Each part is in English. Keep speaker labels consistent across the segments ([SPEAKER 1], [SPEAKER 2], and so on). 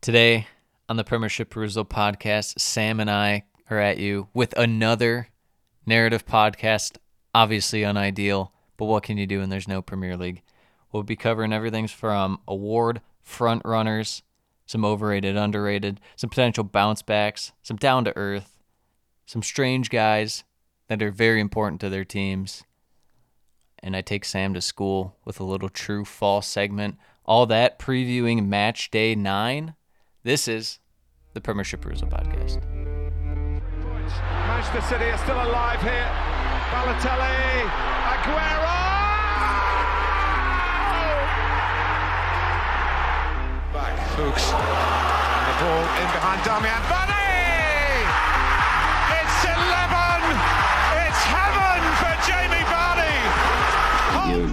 [SPEAKER 1] Today on the Premiership Perusal podcast, Sam and I are at you with another narrative podcast. Obviously unideal, but what can you do when there's no Premier League? We'll be covering everything from award front runners, some overrated, underrated, some potential bounce backs, some down to earth, some strange guys that are very important to their teams. And I take Sam to school with a little true false segment. All that previewing match day nine. This is the Premiership Perusal podcast.
[SPEAKER 2] Manchester City are still alive here. Balotelli, Aguero! Back, Fuchs. And the ball in behind Damian Varney! It's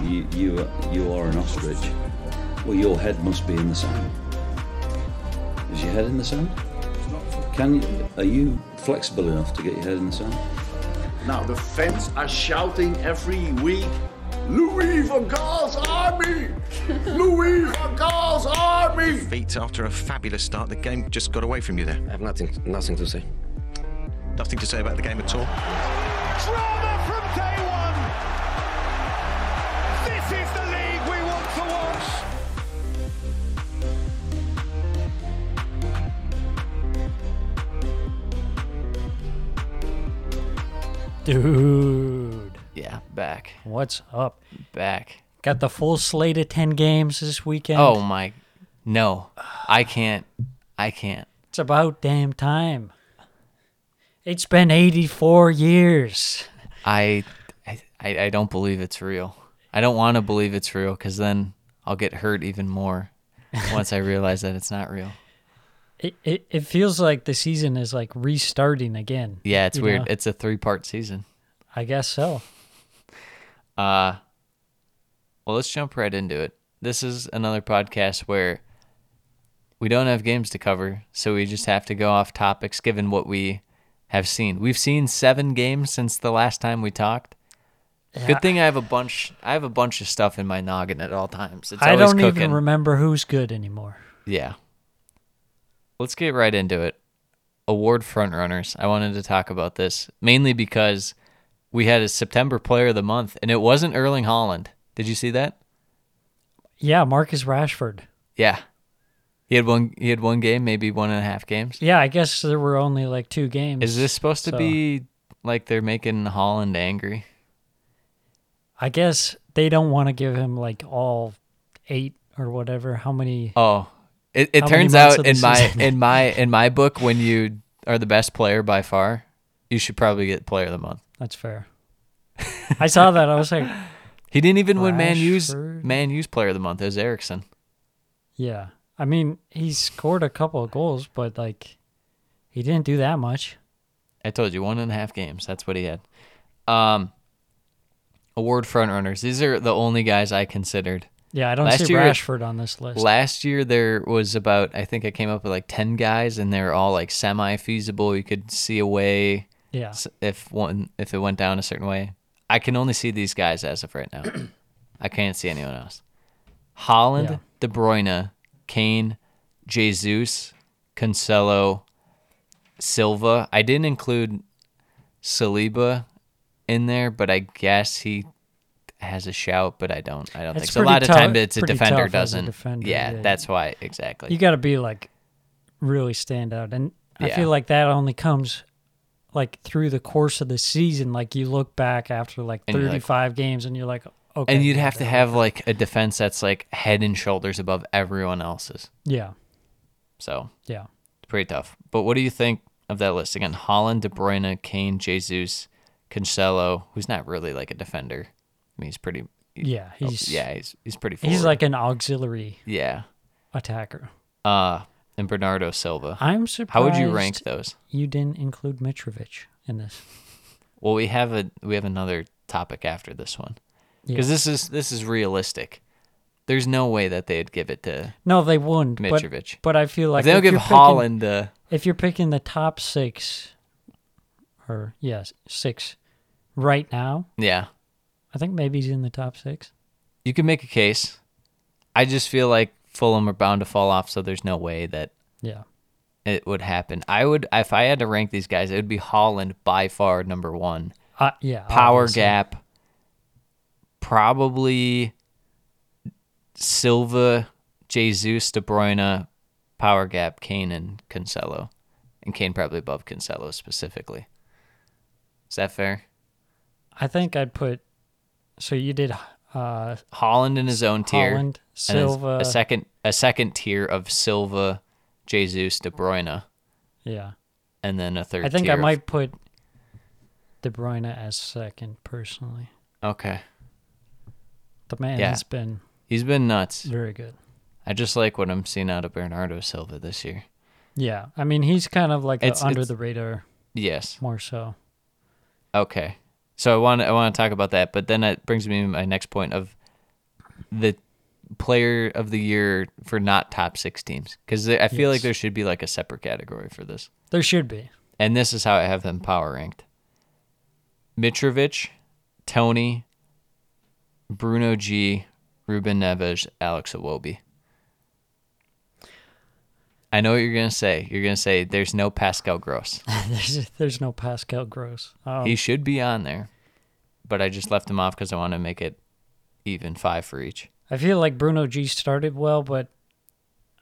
[SPEAKER 2] 11! It's heaven for Jamie Varney!
[SPEAKER 3] You, you, you, you are an ostrich. Well, your head must be in the sand. Is your head in the sand? Can you, are you flexible enough to get your head in the sand?
[SPEAKER 4] Now the fans are shouting every week, Louis van Gaal's army! Louis van Gaal's army!
[SPEAKER 5] feet after a fabulous start. The game just got away from you there.
[SPEAKER 6] I have nothing, nothing to say.
[SPEAKER 5] Nothing to say about the game at all.
[SPEAKER 2] Drama from day one! This is the league we want to watch!
[SPEAKER 7] Dude,
[SPEAKER 1] Yeah, back,
[SPEAKER 7] what's up?
[SPEAKER 1] back.
[SPEAKER 7] Got the full slate of 10 games this weekend.
[SPEAKER 1] Oh my, no, I can't, I can't.
[SPEAKER 7] It's about damn time. It's been 84 years.
[SPEAKER 1] I, I, I don't believe it's real. I don't want to believe it's real because then I'll get hurt even more once I realize that it's not real.
[SPEAKER 7] It, it, it feels like the season is like restarting again.
[SPEAKER 1] Yeah, it's
[SPEAKER 7] you
[SPEAKER 1] weird.
[SPEAKER 7] know?
[SPEAKER 1] It's a three part season.
[SPEAKER 7] I guess so.
[SPEAKER 1] Well, let's jump right into it. This is another podcast where we don't have games to cover, so we just have to go off topics given what we have seen. We've seen seven games since the last time we talked. Good thing I have a bunch. I have a bunch of stuff in my noggin at all times. It's
[SPEAKER 7] I
[SPEAKER 1] always
[SPEAKER 7] don't
[SPEAKER 1] cooking.
[SPEAKER 7] even remember who's good anymore.
[SPEAKER 1] Yeah. Let's get right into it. Award frontrunners. I wanted to talk about this mainly because we had a September player of the month and it wasn't Erling Holland. Did you see that?
[SPEAKER 7] Yeah, Marcus Rashford.
[SPEAKER 1] Yeah. He had one he had one game, maybe one and a half games.
[SPEAKER 7] Yeah, I guess there were only like two games.
[SPEAKER 1] Is this supposed to
[SPEAKER 7] So-
[SPEAKER 1] be like they're making Holland angry?
[SPEAKER 7] I guess they don't want to give him like all eight or whatever. How many?
[SPEAKER 1] Oh, it, it
[SPEAKER 7] How many
[SPEAKER 1] turns
[SPEAKER 7] months
[SPEAKER 1] out
[SPEAKER 7] of the
[SPEAKER 1] in my
[SPEAKER 7] season?
[SPEAKER 1] in my in my book when you are the best player by far, you should probably get player of the month.
[SPEAKER 7] That's fair. I saw that. I was like,
[SPEAKER 1] He didn't even win Man U's
[SPEAKER 7] Rashford.
[SPEAKER 1] Man U's player of the month. It was Erickson.
[SPEAKER 7] Yeah. I mean, he scored a couple of goals, but like he didn't do that much.
[SPEAKER 1] I told you one and a half games. That's what he had. Um, award frontrunners. These are the only guys I considered.
[SPEAKER 7] Yeah, I don't
[SPEAKER 1] Last
[SPEAKER 7] see
[SPEAKER 1] year-
[SPEAKER 7] Rashford on this list.
[SPEAKER 1] Last year there was about I think I came up with like ten guys, and they're all like semi feasible. You could see a way
[SPEAKER 7] yeah.
[SPEAKER 1] s- if one if it went down a certain way. I can only see these guys as of right now. I can't see anyone else. Holland,
[SPEAKER 7] Yeah.
[SPEAKER 1] De Bruyne, Kane, Jesus, Cancelo, Silva. I didn't include Saliba in there, but I guess he has a shout, but I don't. I don't
[SPEAKER 7] It's
[SPEAKER 1] think so. A lot
[SPEAKER 7] pretty
[SPEAKER 1] of time,
[SPEAKER 7] tou-
[SPEAKER 1] it's a
[SPEAKER 7] pretty
[SPEAKER 1] defender
[SPEAKER 7] tough as a
[SPEAKER 1] doesn't.
[SPEAKER 7] defender,
[SPEAKER 1] yeah,
[SPEAKER 7] yeah.
[SPEAKER 1] that's why exactly.
[SPEAKER 7] You got to be like really stand out. And I
[SPEAKER 1] Yeah.
[SPEAKER 7] feel like that only comes like through the course of the season. Like you look back after like
[SPEAKER 1] And you're like-
[SPEAKER 7] 35 games and you're like, okay.
[SPEAKER 1] and you'd have to have like a defense that's like head and shoulders above everyone else's.
[SPEAKER 7] Yeah.
[SPEAKER 1] So
[SPEAKER 7] Yeah.
[SPEAKER 1] pretty tough. But what do you think of that list? Again, Holland, De Bruyne, Kane, Jesus, Cancelo, who's not really like a defender. I mean, he's pretty.
[SPEAKER 7] Yeah. He's,
[SPEAKER 1] Oh, yeah, he's he's pretty. Forward.
[SPEAKER 7] he's like an auxiliary
[SPEAKER 1] yeah.
[SPEAKER 7] attacker.
[SPEAKER 1] Uh, and Bernardo Silva.
[SPEAKER 7] I'm surprised.
[SPEAKER 1] How would you rank those?
[SPEAKER 7] You didn't include Mitrovic in this.
[SPEAKER 1] Well, we have a we have another topic after this one
[SPEAKER 7] Yeah.
[SPEAKER 1] because this is this is realistic. There's no way that they'd give it to.
[SPEAKER 7] No, they wouldn't. but-
[SPEAKER 1] Mitrovic.
[SPEAKER 7] But, I feel like
[SPEAKER 1] if they don't
[SPEAKER 7] if
[SPEAKER 1] give
[SPEAKER 7] you're picking-
[SPEAKER 1] Holland the.
[SPEAKER 7] if you're picking the top six, or yes, six, right now,
[SPEAKER 1] Yeah,
[SPEAKER 7] I think maybe he's in the top six.
[SPEAKER 1] you can make a case. I just feel like Fulham are bound to fall off, so there's no way that
[SPEAKER 7] Yeah.
[SPEAKER 1] it would happen. I would if I had to rank these guys, it would be Holland by far number one.
[SPEAKER 7] Uh, yeah.
[SPEAKER 1] Power
[SPEAKER 7] obviously.
[SPEAKER 1] gap, probably Silva, Jesus, De Bruyne, power gap, Kane and Cancelo, and Kane probably above Cancelo specifically. Is that fair?
[SPEAKER 7] I think I'd put. So you did uh,
[SPEAKER 1] Holland in his own tier,
[SPEAKER 7] Holland,
[SPEAKER 1] and then
[SPEAKER 7] Silva.
[SPEAKER 1] a second a second tier of Silva, Jesus, De Bruyne,
[SPEAKER 7] Yeah.
[SPEAKER 1] and then a third.
[SPEAKER 7] I think
[SPEAKER 1] tier
[SPEAKER 7] I
[SPEAKER 1] of-
[SPEAKER 7] might put De Bruyne as second personally.
[SPEAKER 1] Okay,
[SPEAKER 7] The man
[SPEAKER 1] Yeah.
[SPEAKER 7] has been
[SPEAKER 1] he's been nuts.
[SPEAKER 7] very good.
[SPEAKER 1] I just like what I'm seeing out of Bernardo Silva this year.
[SPEAKER 7] Yeah. I mean, he's kind of like
[SPEAKER 1] It's-
[SPEAKER 7] the under
[SPEAKER 1] it's-
[SPEAKER 7] the radar
[SPEAKER 1] Yes.
[SPEAKER 7] more so.
[SPEAKER 1] Okay. So I want I want to talk about that, but then that brings me to my next point of the player of the year for not top six teams because I feel like
[SPEAKER 7] Yes.
[SPEAKER 1] there should be like a separate category for this.
[SPEAKER 7] There should be.
[SPEAKER 1] And this is how I have them power ranked: Mitrovic, Tony, Bruno G, Ruben Neves, Alex Awobi. I know what you're gonna say. You're gonna say there's no Pascal Gross.
[SPEAKER 7] Um, There's, there's no Pascal Gross. Um,
[SPEAKER 1] He should be on there, but I just left him off because I want to make it even five for each.
[SPEAKER 7] I feel like Bruno G started well, but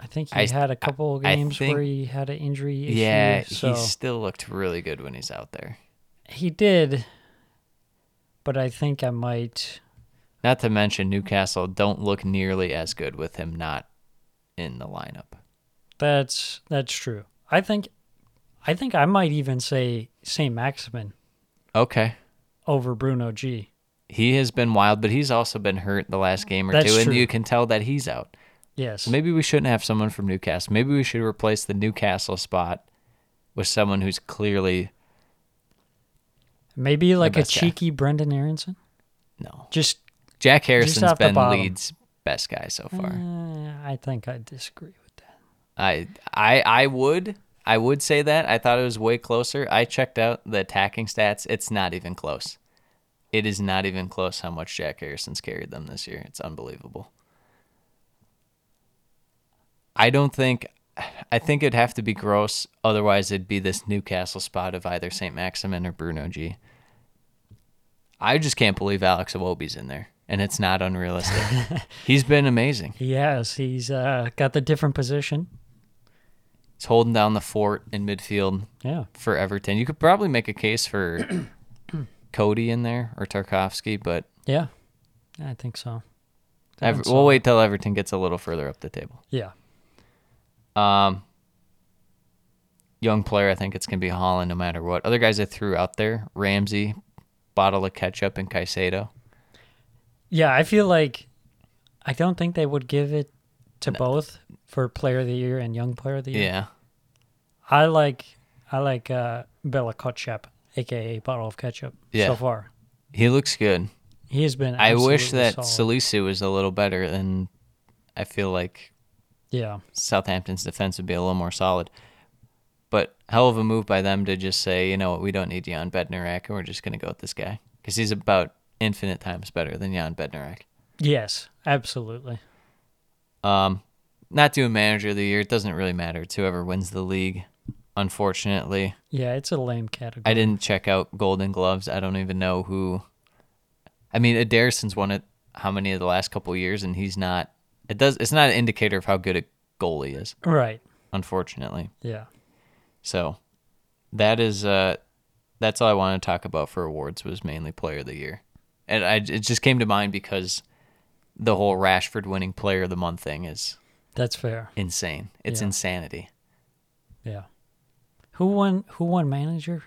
[SPEAKER 7] I think he
[SPEAKER 1] I-
[SPEAKER 7] had a couple of
[SPEAKER 1] I
[SPEAKER 7] games
[SPEAKER 1] think-
[SPEAKER 7] where he had an injury issue.
[SPEAKER 1] yeah,
[SPEAKER 7] so
[SPEAKER 1] he still looked really good when he's out there.
[SPEAKER 7] he did. But I think I might.
[SPEAKER 1] Not to mention Newcastle don't look nearly as good with him not in the lineup.
[SPEAKER 7] That's that's true. I think, I think I might even say Saint Maximin
[SPEAKER 1] Okay.
[SPEAKER 7] over Bruno G.
[SPEAKER 1] He has been wild, but he's also been hurt the last game or
[SPEAKER 7] That's
[SPEAKER 1] two,
[SPEAKER 7] true.
[SPEAKER 1] and you can tell that he's out.
[SPEAKER 7] Yes.
[SPEAKER 1] So maybe we shouldn't have someone from Newcastle. Maybe we should replace the Newcastle spot with someone who's clearly
[SPEAKER 7] Maybe like a
[SPEAKER 1] best guy.
[SPEAKER 7] cheeky Brendan Aronson.
[SPEAKER 1] no.
[SPEAKER 7] Just
[SPEAKER 1] Jack Harrison's
[SPEAKER 7] off the
[SPEAKER 1] been
[SPEAKER 7] bottom.
[SPEAKER 1] Leeds' best guy so far.
[SPEAKER 7] uh, I think I disagree with that.
[SPEAKER 1] I I I would I would say that. I thought it was way closer. I checked out the attacking stats. It's not even close. It is not even close how much Jack Harrison's carried them this year. It's unbelievable. I don't think I think it'd have to be gross, otherwise it'd be this Newcastle spot of either St. Maximin or Bruno G. I just can't believe Alex Awobi's in there. And it's not unrealistic. He's been amazing.
[SPEAKER 7] He has. He's uh, got the different position.
[SPEAKER 1] He's holding down the fort in midfield.
[SPEAKER 7] Yeah.
[SPEAKER 1] for Everton. You could probably make a case for Cody in there or Tarkovsky, but
[SPEAKER 7] Yeah. I think so.
[SPEAKER 1] Ever-
[SPEAKER 7] That's
[SPEAKER 1] we'll
[SPEAKER 7] all.
[SPEAKER 1] wait till Everton gets a little further up the table.
[SPEAKER 7] Yeah.
[SPEAKER 1] Young player, I think it's going to be Holland no matter what. Other guys I threw out there Ramsey, bottle of ketchup, and Caicedo.
[SPEAKER 7] Yeah, I feel like I don't think they would give it to both for player of the year and young player of the
[SPEAKER 1] Yeah.
[SPEAKER 7] year. I like I like uh Bella Kotchap, aka bottle of ketchup
[SPEAKER 1] Yeah.
[SPEAKER 7] so far.
[SPEAKER 1] He looks good.
[SPEAKER 7] He has been
[SPEAKER 1] I wish
[SPEAKER 7] absolutely
[SPEAKER 1] that
[SPEAKER 7] solid.
[SPEAKER 1] Salisu was a little better, and I feel like
[SPEAKER 7] Yeah.
[SPEAKER 1] Southampton's defense would be a little more solid. But hell of a move by them to just say, you know what, we don't need Jan Bednarak, and we're just going to go with this guy because he's about infinite times better than Jan Bednarak.
[SPEAKER 7] Yes, absolutely.
[SPEAKER 1] Not doing manager of the year. It doesn't really matter. It's whoever wins the league. Unfortunately,
[SPEAKER 7] Yeah, it's a lame category.
[SPEAKER 1] I didn't check out Golden Gloves. I don't even know who. I mean, Adarison's won it how many of the last couple of years, and he's not. It does. It's not an indicator of how good a goalie is,
[SPEAKER 7] Right.
[SPEAKER 1] unfortunately.
[SPEAKER 7] Yeah.
[SPEAKER 1] So that is uh that's all I wanted to talk about for awards was mainly player of the year. And I it just came to mind because the whole Rashford winning player of the month thing is
[SPEAKER 7] That's fair.
[SPEAKER 1] insane. It's
[SPEAKER 7] Yeah.
[SPEAKER 1] insanity.
[SPEAKER 7] Yeah. Who won who won manager?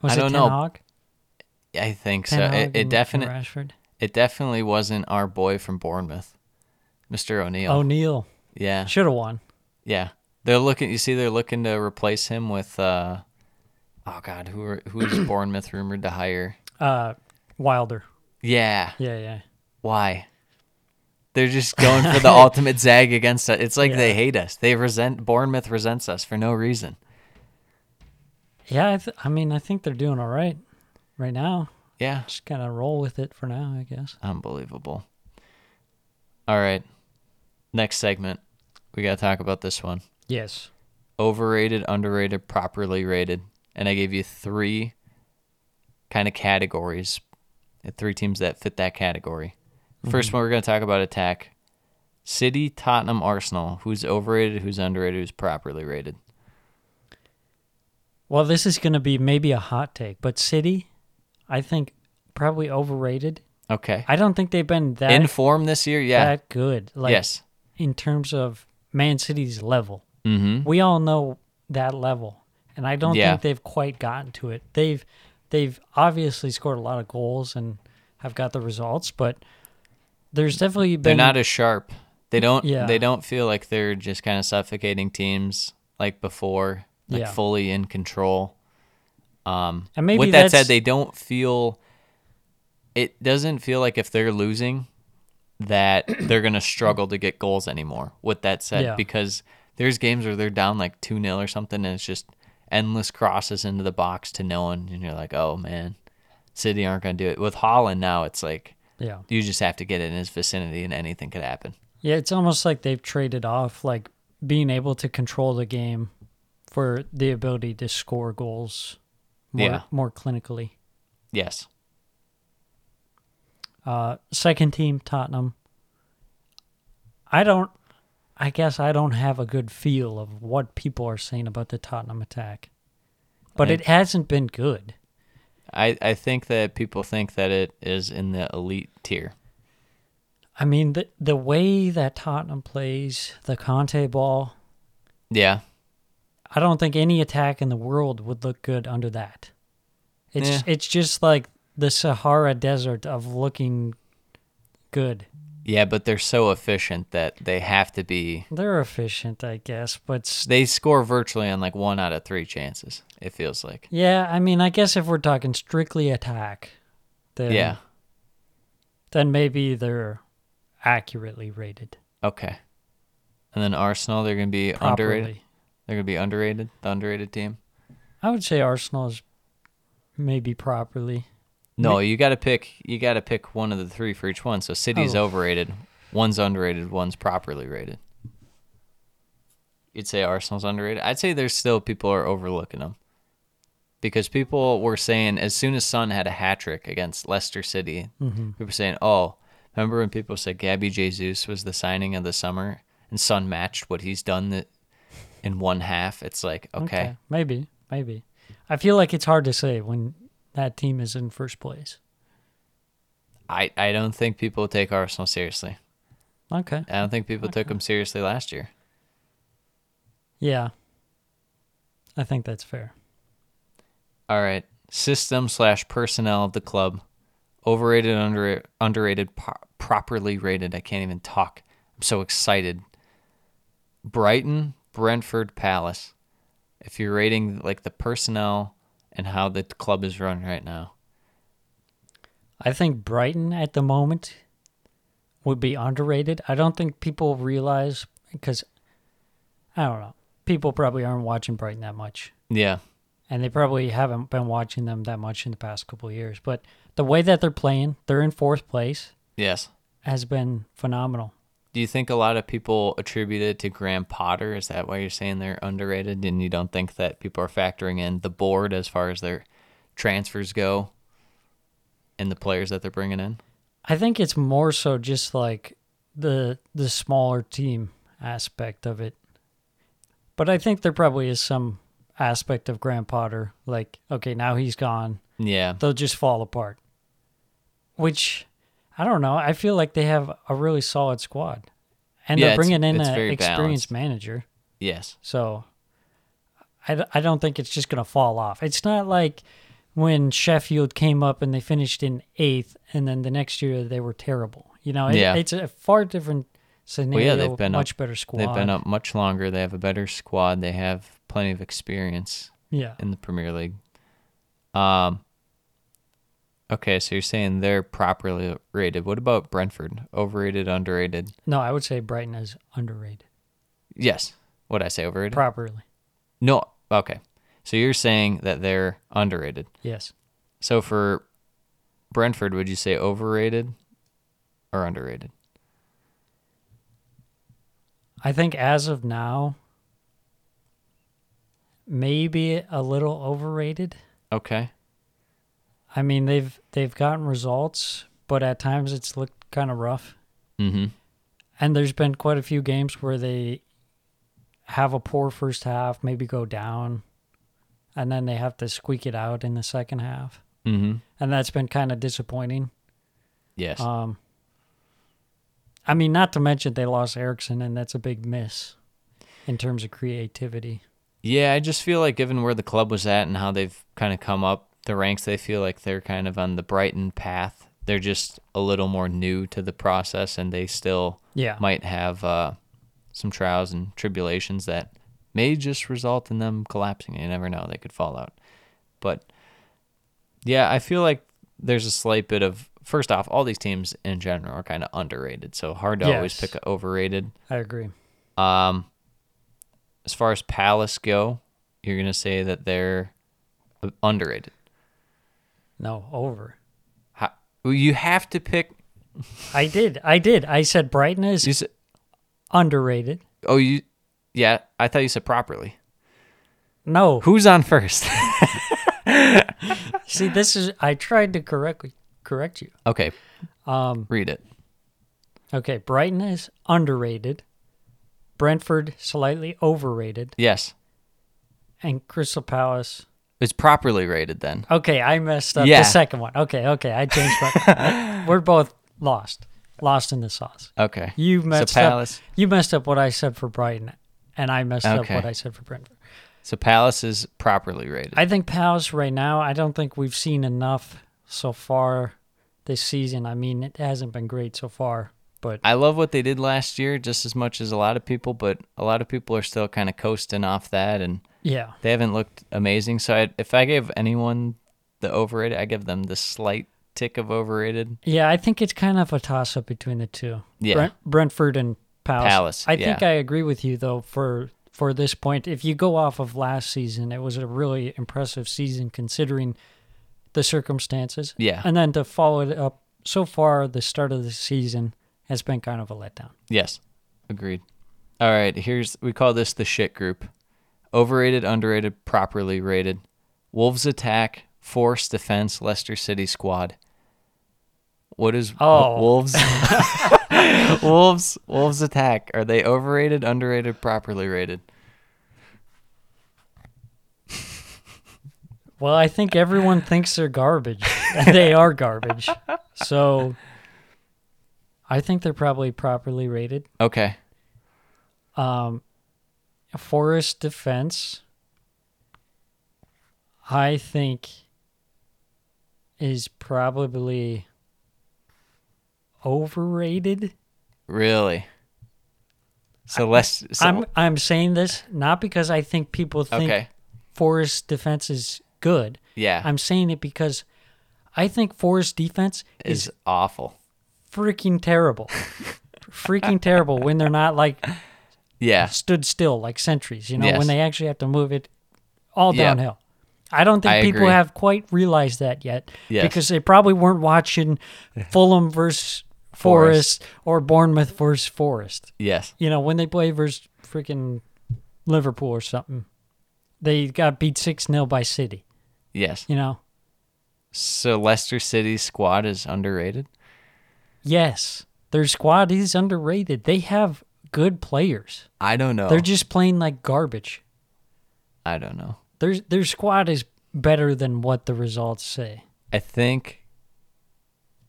[SPEAKER 7] Was
[SPEAKER 1] I
[SPEAKER 7] it
[SPEAKER 1] don't
[SPEAKER 7] Ten
[SPEAKER 1] know.
[SPEAKER 7] Hag?
[SPEAKER 1] I think
[SPEAKER 7] Ten
[SPEAKER 1] so.
[SPEAKER 7] Hag
[SPEAKER 1] It,
[SPEAKER 7] and-
[SPEAKER 1] it
[SPEAKER 7] and
[SPEAKER 1] definitely
[SPEAKER 7] Rashford.
[SPEAKER 1] it definitely wasn't our boy from Bournemouth. Mr. O'Neill.
[SPEAKER 7] Oh. O'Neill.
[SPEAKER 1] yeah.
[SPEAKER 7] Should have won.
[SPEAKER 1] Yeah. They're looking you see they're looking to replace him with uh oh god, who are, who is Bournemouth rumored to hire?
[SPEAKER 7] Uh Wilder.
[SPEAKER 1] Yeah.
[SPEAKER 7] Yeah, yeah.
[SPEAKER 1] Why? They're just going for the ultimate zag against us. It's like they hate us. They resent Bournemouth resents us for no reason.
[SPEAKER 7] Yeah, I, th- I mean, I think they're doing all right right now.
[SPEAKER 1] Yeah.
[SPEAKER 7] Just gotta roll with it for now, I guess.
[SPEAKER 1] Unbelievable. All right. Next segment. We got to talk about this one.
[SPEAKER 7] Yes.
[SPEAKER 1] overrated, underrated, properly rated. And I gave you three kind of categories, uh, three teams that fit that category. 1st one, we're going to talk about attack City, Tottenham, Arsenal. Who's overrated, who's underrated, who's properly rated?
[SPEAKER 7] Well, this is going to be maybe a hot take, but City, I think probably overrated.
[SPEAKER 1] Okay.
[SPEAKER 7] I don't think they've been that
[SPEAKER 1] In form this year? Yeah.
[SPEAKER 7] that good. Like
[SPEAKER 1] yes.
[SPEAKER 7] in terms of Man City's level. Mm-hmm. We all know that level, and I don't
[SPEAKER 1] Yeah.
[SPEAKER 7] think they've quite gotten to it. They've they've obviously scored a lot of goals and have got the results, but there's definitely
[SPEAKER 1] They're
[SPEAKER 7] been
[SPEAKER 1] not as sharp. They don't
[SPEAKER 7] Yeah.
[SPEAKER 1] they don't feel like they're just kind of suffocating teams like before, like
[SPEAKER 7] Yeah.
[SPEAKER 1] fully in control.
[SPEAKER 7] and maybe
[SPEAKER 1] With that
[SPEAKER 7] that's,
[SPEAKER 1] said, they don't feel. It doesn't feel like if they're losing, that they're gonna struggle to get goals anymore. With that said,
[SPEAKER 7] Yeah.
[SPEAKER 1] because there's games where they're down like two 0 or something, and it's just endless crosses into the box to no one, and you're like, oh man, City aren't gonna do it. With Holland now, it's like
[SPEAKER 7] yeah
[SPEAKER 1] you just have to get in his vicinity, and anything could happen.
[SPEAKER 7] yeah it's almost like they've traded off like being able to control the game for the ability to score goals more
[SPEAKER 1] Yeah.
[SPEAKER 7] more clinically.
[SPEAKER 1] Yes.
[SPEAKER 7] Uh, second team Tottenham. I don't I guess I don't have a good feel of what people are saying about the Tottenham attack. But
[SPEAKER 1] I-
[SPEAKER 7] it hasn't been good.
[SPEAKER 1] I, I think that people think that it is in the elite tier.
[SPEAKER 7] I mean the the way that Tottenham plays the Conte ball,
[SPEAKER 1] Yeah.
[SPEAKER 7] I don't think any attack in the world would look good under that. It's
[SPEAKER 1] Yeah.
[SPEAKER 7] it's just like the Sahara desert of looking good.
[SPEAKER 1] Yeah, but they're so efficient that they have to be.
[SPEAKER 7] They're efficient, I guess, but s-
[SPEAKER 1] They score virtually on like one out of three chances. It feels like.
[SPEAKER 7] yeah, I mean, I guess if we're talking strictly attack, then
[SPEAKER 1] Yeah.
[SPEAKER 7] then maybe they're accurately rated.
[SPEAKER 1] Okay. And then Arsenal, they're gonna be
[SPEAKER 7] Properly.
[SPEAKER 1] underrated. They're gonna be underrated. The underrated team.
[SPEAKER 7] I would say Arsenal is maybe properly.
[SPEAKER 1] No, you got to pick. You got to pick one of the three for each one. So City's
[SPEAKER 7] Oh.
[SPEAKER 1] overrated. One's underrated. One's properly rated. You'd say Arsenal's underrated. I'd say there's still people are overlooking them because people were saying as soon as Son had a hat trick against Leicester City,
[SPEAKER 7] Mm-hmm.
[SPEAKER 1] people were saying, "Oh, remember when people said Gabby Jesus was the signing of the summer and Son matched what he's done th- in one half?" It's like,
[SPEAKER 7] Okay.
[SPEAKER 1] okay.
[SPEAKER 7] Maybe. Maybe. I feel like it's hard to say when that team is in first place.
[SPEAKER 1] I I don't think people take Arsenal seriously.
[SPEAKER 7] Okay.
[SPEAKER 1] I don't think people took him seriously last year.
[SPEAKER 7] Yeah. I think that's fair.
[SPEAKER 1] All right, system slash personnel of the club, overrated, under underrated, po- properly rated. I can't even talk. I'm so excited. Brighton, Brentford, Palace. If you're rating like the personnel and how the club is run right now,
[SPEAKER 7] I think Brighton at the moment would be underrated. I don't think people realize because I don't know. People probably aren't watching Brighton that much.
[SPEAKER 1] yeah,
[SPEAKER 7] and they probably haven't been watching them that much in the past couple of years. But the way that they're playing, they're in fourth place,
[SPEAKER 1] yes.
[SPEAKER 7] has been phenomenal.
[SPEAKER 1] Do you think a lot of people attribute it to Graham Potter? Is that why you're saying they're underrated and you don't think that people are factoring in the board as far as their transfers go and the players that they're bringing in?
[SPEAKER 7] I think it's more so just like the the smaller team aspect of it. But I think there probably is some aspect of Graham Potter, like, okay, now he's gone.
[SPEAKER 1] Yeah.
[SPEAKER 7] They'll just fall apart. Which I don't know. I feel like they have a really solid squad. And
[SPEAKER 1] Yeah,
[SPEAKER 7] they're
[SPEAKER 1] it's-
[SPEAKER 7] bringing in
[SPEAKER 1] it's
[SPEAKER 7] an
[SPEAKER 1] very balanced.
[SPEAKER 7] experienced manager.
[SPEAKER 1] Yes.
[SPEAKER 7] So I, d- I don't think it's just going to fall off. It's not like when Sheffield came up and they finished in eighth, and then the next year they were terrible. You know, it,
[SPEAKER 1] Yeah.
[SPEAKER 7] it's a far different
[SPEAKER 1] Well,
[SPEAKER 7] scenario.
[SPEAKER 1] yeah, they've been
[SPEAKER 7] much
[SPEAKER 1] up,
[SPEAKER 7] better squad.
[SPEAKER 1] They've been up much longer. They have a better squad. They have plenty of experience
[SPEAKER 7] Yeah.
[SPEAKER 1] in the Premier League. Um. Okay, so you're saying they're properly rated. What about Brentford? Overrated, underrated?
[SPEAKER 7] No, I would say Brighton is underrated
[SPEAKER 1] Yes. What I say overrated?
[SPEAKER 7] properly.
[SPEAKER 1] No. Okay. So you're saying that they're underrated.
[SPEAKER 7] Yes,
[SPEAKER 1] So for Brentford, would you say overrated or underrated?
[SPEAKER 7] I think as of now, maybe a little overrated.
[SPEAKER 1] Okay.
[SPEAKER 7] I mean, they've they've gotten results, but at times it's looked kind of rough.
[SPEAKER 1] Mhm.
[SPEAKER 7] And there's been quite a few games where they have a poor first half, maybe go down, and then they have to squeak it out in the second half.
[SPEAKER 1] Mhm.
[SPEAKER 7] And that's been kind of disappointing.
[SPEAKER 1] Yes.
[SPEAKER 7] Um, I mean, not to mention they lost Erickson, and that's a big miss in terms of creativity.
[SPEAKER 1] Yeah, I just feel like given where the club was at and how they've kind of come up the ranks, they feel like they're kind of on the Brighton path. They're just a little more new to the process and they still
[SPEAKER 7] Yeah.
[SPEAKER 1] might have uh, some trials and tribulations that may just result in them collapsing. You never know, they could fall out. But yeah, I feel like there's a slight bit of first off, all these teams in general are kind of underrated, so hard to always
[SPEAKER 7] Yes.
[SPEAKER 1] pick a overrated.
[SPEAKER 7] I agree.
[SPEAKER 1] As far as Palace go, you're gonna say that they're underrated.
[SPEAKER 7] No, over.
[SPEAKER 1] How, well, you have to pick.
[SPEAKER 7] I did. I did. I said Brighton is
[SPEAKER 1] You said,
[SPEAKER 7] underrated.
[SPEAKER 1] oh, you, yeah. I thought you said properly.
[SPEAKER 7] No.
[SPEAKER 1] Who's on first?
[SPEAKER 7] See, this is I tried to correct correct you.
[SPEAKER 1] okay. Um, read it.
[SPEAKER 7] Okay, Brighton is underrated. Brentford slightly overrated
[SPEAKER 1] Yes.
[SPEAKER 7] and Crystal Palace.
[SPEAKER 1] It's properly rated then.
[SPEAKER 7] Okay, I messed up
[SPEAKER 1] Yeah.
[SPEAKER 7] the second one. Okay, okay, I changed my We're both lost. Lost in the sauce.
[SPEAKER 1] Okay.
[SPEAKER 7] You
[SPEAKER 1] So
[SPEAKER 7] messed
[SPEAKER 1] Palace.
[SPEAKER 7] up. You messed up what I said for Brighton and I messed
[SPEAKER 1] Okay.
[SPEAKER 7] up what I said for Brentford.
[SPEAKER 1] So Palace is properly rated.
[SPEAKER 7] I think Palace right now, I don't think we've seen enough so far this season. I mean, it hasn't been great so far, but
[SPEAKER 1] I love what they did last year just as much as a lot of people, but a lot of people are still kind of coasting off that and
[SPEAKER 7] yeah.
[SPEAKER 1] they haven't looked amazing. So I, if I gave anyone the overrated, I give them the slight tick of overrated.
[SPEAKER 7] Yeah, I think it's kind of a toss up between the two.
[SPEAKER 1] Yeah.
[SPEAKER 7] Brentford and Palace.
[SPEAKER 1] Palace,
[SPEAKER 7] I think
[SPEAKER 1] yeah.
[SPEAKER 7] I agree with you though for for this point. If you go off of last season, it was a really impressive season considering the circumstances.
[SPEAKER 1] Yeah.
[SPEAKER 7] And then to follow it up so far the start of the season has been kind of a letdown.
[SPEAKER 1] Yes. Agreed. All right, here's we call this the shit group. Overrated, underrated, properly rated. Wolves attack, force defense, Leicester City squad. What is
[SPEAKER 7] Oh.
[SPEAKER 1] Wolves? Wolves Wolves attack. Are they overrated, underrated, properly rated?
[SPEAKER 7] Well, I think everyone thinks they're garbage. and they are garbage. So I think they're probably properly rated.
[SPEAKER 1] Okay.
[SPEAKER 7] Forest defense, I think, is probably overrated.
[SPEAKER 1] Really? So Leicester so,
[SPEAKER 7] I'm I'm saying this not because I think people think
[SPEAKER 1] Okay.
[SPEAKER 7] Forest defense is good.
[SPEAKER 1] Yeah.
[SPEAKER 7] I'm saying it because I think Forest defense is
[SPEAKER 1] is awful.
[SPEAKER 7] freaking terrible. freaking terrible when they're not like
[SPEAKER 1] Yeah.
[SPEAKER 7] uh, stood still like sentries, you know,
[SPEAKER 1] Yes.
[SPEAKER 7] when they actually have to move it all
[SPEAKER 1] Yeah.
[SPEAKER 7] downhill. I don't think
[SPEAKER 1] I
[SPEAKER 7] people
[SPEAKER 1] agree.
[SPEAKER 7] have quite realized that yet
[SPEAKER 1] Yes.
[SPEAKER 7] because they probably weren't watching Fulham versus
[SPEAKER 1] Forest.
[SPEAKER 7] Forest or Bournemouth versus Forest.
[SPEAKER 1] Yes.
[SPEAKER 7] You know, when they play versus freaking Liverpool or something, they got beat 6 0 by City,
[SPEAKER 1] Yes.
[SPEAKER 7] you know?
[SPEAKER 1] So Leicester City squad is underrated?
[SPEAKER 7] Yes, their squad is underrated. They have good players,
[SPEAKER 1] I don't know.
[SPEAKER 7] they're just playing like garbage.
[SPEAKER 1] I don't know.
[SPEAKER 7] their their squad is better than what the results say.
[SPEAKER 1] I think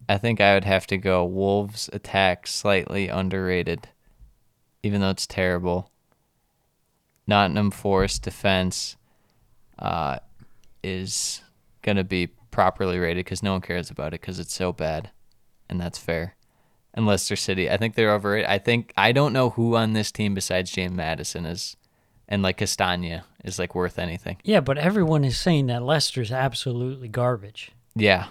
[SPEAKER 1] I think I would have to go Wolves attack slightly underrated, even though it's terrible. Nottingham Forest defense uh, is gonna be properly rated because no one cares about it because it's so bad, and that's fair. And Leicester City, I think they're overrated. I think I don't know who on this team besides James Madison is, and like Castagna is like worth anything.
[SPEAKER 7] Yeah, but everyone is saying that Leicester's absolutely garbage.
[SPEAKER 1] Yeah.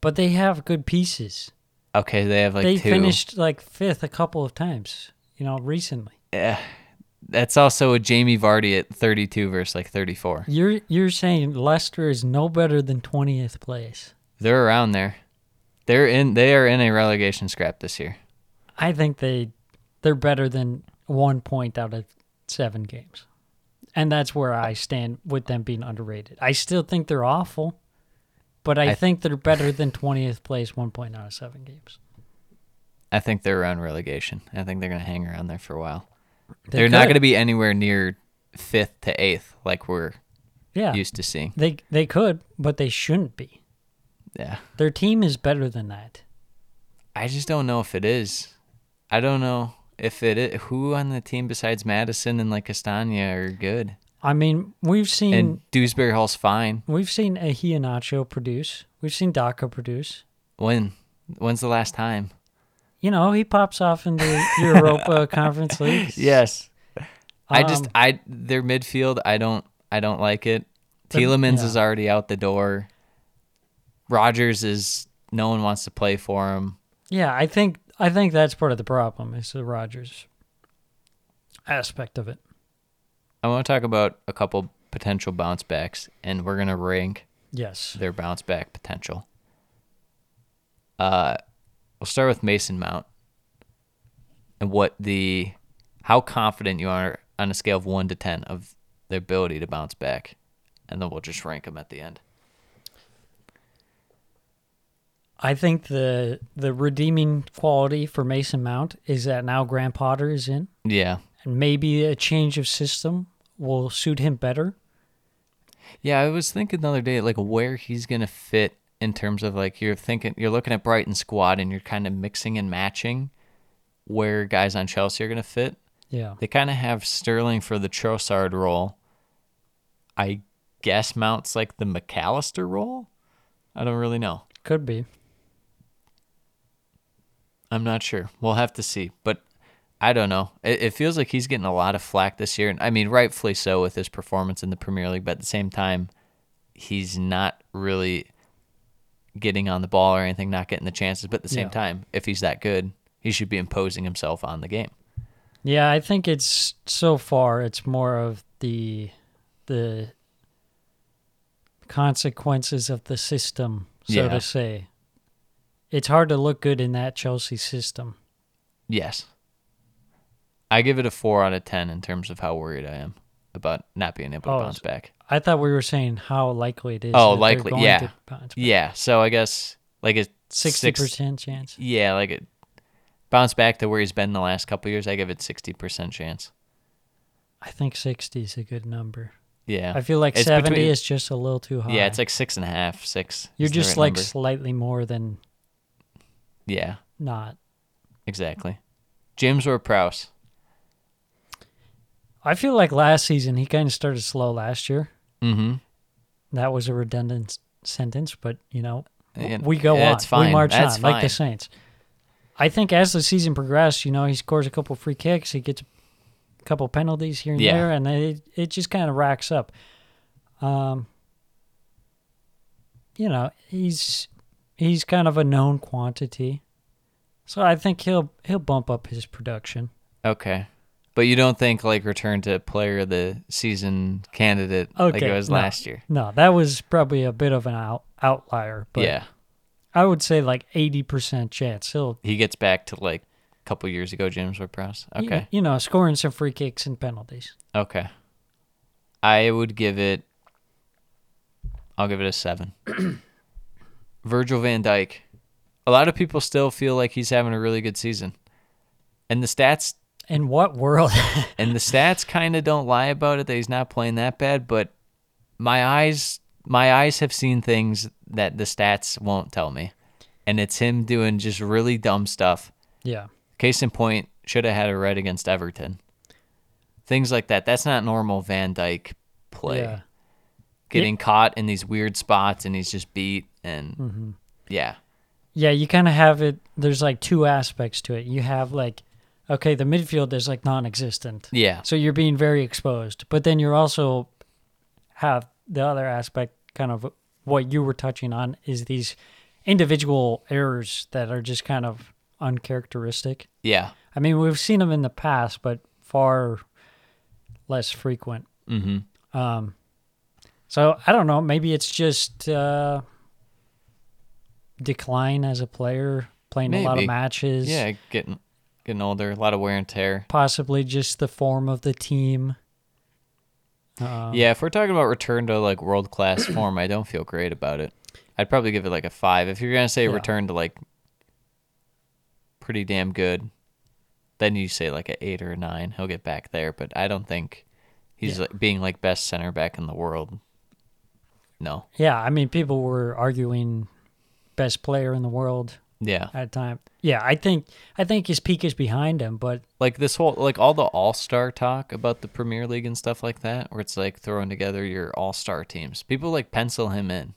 [SPEAKER 7] But they have good pieces.
[SPEAKER 1] Okay, they have like
[SPEAKER 7] they
[SPEAKER 1] two.
[SPEAKER 7] finished like fifth a couple of times, you know, recently.
[SPEAKER 1] that's also a Jamie Vardy at 32 versus like 34.
[SPEAKER 7] You're you're saying Leicester is no better than twentieth place.
[SPEAKER 1] They're around there. They're in. They are in a relegation scrap this year.
[SPEAKER 7] I think they they're better than one point out of seven games. and that's where I stand with them being underrated. I still think they're awful, but I, think they're better than 20th place, one point out of seven games.
[SPEAKER 1] I think they're around relegation. I think they're going to hang around there for a while.
[SPEAKER 7] They
[SPEAKER 1] They are not
[SPEAKER 7] could.
[SPEAKER 1] going to be anywhere near fifth to eighth like we're
[SPEAKER 7] Yeah,
[SPEAKER 1] used to seeing.
[SPEAKER 7] they they could, but they shouldn't be.
[SPEAKER 1] Yeah.
[SPEAKER 7] Their team is better than that.
[SPEAKER 1] I just don't know if it is. I don't know if it is. Who on the team besides Madison and like Castagna are good?
[SPEAKER 7] I mean, we've seen
[SPEAKER 1] And Dewsbury Hall's fine.
[SPEAKER 7] we've seen Ahianacho produce. We've seen Daca produce.
[SPEAKER 1] When? When's the last time?
[SPEAKER 7] You know, he pops off in the Europa Conference League.
[SPEAKER 1] Yes. I just
[SPEAKER 7] Um,
[SPEAKER 1] I their midfield I don't I don't like it. Telemans
[SPEAKER 7] yeah.
[SPEAKER 1] is already out the door. Rogers is no one wants to play for him.
[SPEAKER 7] Yeah, I think I think that's part of the problem is the Rogers aspect of it.
[SPEAKER 1] I want to talk about a couple potential bounce backs and we're going to rank
[SPEAKER 7] Yes.
[SPEAKER 1] their bounce back potential. Uh, we'll start with Mason Mount and what the how confident you are on a scale of one to ten of their ability to bounce back, and then we'll just rank them at the end.
[SPEAKER 7] I think the the redeeming quality for Mason Mount is that now Grand Potter is in
[SPEAKER 1] Yeah,
[SPEAKER 7] and maybe a change of system will suit him better.
[SPEAKER 1] yeah. I was thinking the other day like where he's gonna fit in terms of like you're thinking you're looking at Brighton squad and you're kind of mixing and matching where guys on Chelsea are gonna fit.
[SPEAKER 7] Yeah.
[SPEAKER 1] They kind of have Sterling for the Trossard role. I guess Mount's like the McAllister role. I don't really know.
[SPEAKER 7] Could be.
[SPEAKER 1] I'm not sure. We'll have to see. But I don't know. It, it feels like he's getting a lot of flack this year, and I mean, rightfully so with his performance in the Premier League. But at the same time, he's not really getting on the ball or anything, not getting the chances. But at the same
[SPEAKER 7] Yeah.
[SPEAKER 1] time, if he's that good, he should be imposing himself on the game.
[SPEAKER 7] Yeah, I think it's so far it's more of the the consequences of the system, so
[SPEAKER 1] Yeah.
[SPEAKER 7] to say. It's hard to look good in that Chelsea system.
[SPEAKER 1] Yes. I give it a four out of ten in terms of how worried I am about not being able to
[SPEAKER 7] Oh,
[SPEAKER 1] bounce
[SPEAKER 7] so-
[SPEAKER 1] back.
[SPEAKER 7] I thought we were saying how likely it is.
[SPEAKER 1] Oh,
[SPEAKER 7] that they're
[SPEAKER 1] likely,
[SPEAKER 7] going
[SPEAKER 1] yeah.
[SPEAKER 7] to bounce back.
[SPEAKER 1] Yeah, so I guess like a
[SPEAKER 7] sixty
[SPEAKER 1] six-
[SPEAKER 7] percent chance.
[SPEAKER 1] Yeah, like a bounce back to where he's been the last couple years. I give it sixty percent chance.
[SPEAKER 7] I think sixty is a good number.
[SPEAKER 1] Yeah,
[SPEAKER 7] I feel like
[SPEAKER 1] It's
[SPEAKER 7] seventy
[SPEAKER 1] between-
[SPEAKER 7] is just a little too high.
[SPEAKER 1] yeah, it's like six and a half, six.
[SPEAKER 7] you're
[SPEAKER 1] is the
[SPEAKER 7] just
[SPEAKER 1] right
[SPEAKER 7] like
[SPEAKER 1] number.
[SPEAKER 7] slightly more than
[SPEAKER 1] yeah,
[SPEAKER 7] not.
[SPEAKER 1] exactly. James or Prowse?
[SPEAKER 7] I feel like last season he kind of started slow last year.
[SPEAKER 1] Mm-hmm.
[SPEAKER 7] That was a redundant s- sentence, but you know, w-
[SPEAKER 1] And-
[SPEAKER 7] we go
[SPEAKER 1] yeah,
[SPEAKER 7] on.
[SPEAKER 1] it's fine.
[SPEAKER 7] We march
[SPEAKER 1] That's
[SPEAKER 7] on like the Saints. I think as the season progressed, you know, he scores a couple free kicks, he gets a couple penalties here and
[SPEAKER 1] Yeah.
[SPEAKER 7] there, and it it just kind of racks up. Um, you know, he's he's kind of a known quantity, so I think he'll he'll bump up his production.
[SPEAKER 1] Okay. But you don't think like return to player of the season candidate like it was
[SPEAKER 7] no.
[SPEAKER 1] last year?
[SPEAKER 7] No, that was probably a bit of an out, outlier, but
[SPEAKER 1] yeah.
[SPEAKER 7] I would say like eighty percent chance he'll
[SPEAKER 1] he gets back to like a couple years ago, James Ward Prowse.
[SPEAKER 7] you-
[SPEAKER 1] Okay.
[SPEAKER 7] you, know, scoring some free kicks and penalties.
[SPEAKER 1] Okay. I would give it I'll give it a seven. Virgil van Dyke. A lot of people still feel like he's having a really good season. And the stats
[SPEAKER 7] In what world?
[SPEAKER 1] and the stats kinda don't lie about it that he's not playing that bad, but my eyes my eyes have seen things that the stats won't tell me. And it's him doing just really dumb stuff
[SPEAKER 7] yeah.
[SPEAKER 1] Case in point, should have had a red against Everton. Things like that. That's not normal Van Dyke play.
[SPEAKER 7] Yeah.
[SPEAKER 1] Getting caught in these weird spots and he's just beat and yeah.
[SPEAKER 7] Yeah, you kind of have it. There's like two aspects to it. You have like, okay, the midfield is like non existent.
[SPEAKER 1] Yeah.
[SPEAKER 7] So you're being very exposed. But then you're also have the other aspect, kind of what you were touching on, is these individual errors that are just kind of uncharacteristic.
[SPEAKER 1] Yeah.
[SPEAKER 7] I mean, we've seen them in the past, but far less frequent. Mm-hmm. Um, so I don't know. Maybe it's just uh, decline as a player, playing a lot of
[SPEAKER 1] Maybe.
[SPEAKER 7] matches.
[SPEAKER 1] Yeah, getting getting older, a lot of wear and tear.
[SPEAKER 7] Possibly just the form of the team.
[SPEAKER 1] yeah, if we're talking about return to like world class form, I don't feel great about it. I'd probably give it like a five. If you're gonna say
[SPEAKER 7] Yeah.
[SPEAKER 1] return to like pretty damn good, then you say like a eight or a nine. He'll get back there, but I don't think he's like being like best center back in the world. No.
[SPEAKER 7] Yeah, I mean, people were arguing best player in the world
[SPEAKER 1] Yeah.
[SPEAKER 7] at a time. Yeah, I think I think his peak is behind him, but
[SPEAKER 1] like this whole like all the all-star talk about the premier league and stuff like that where it's like throwing together your all-star teams people like pencil him in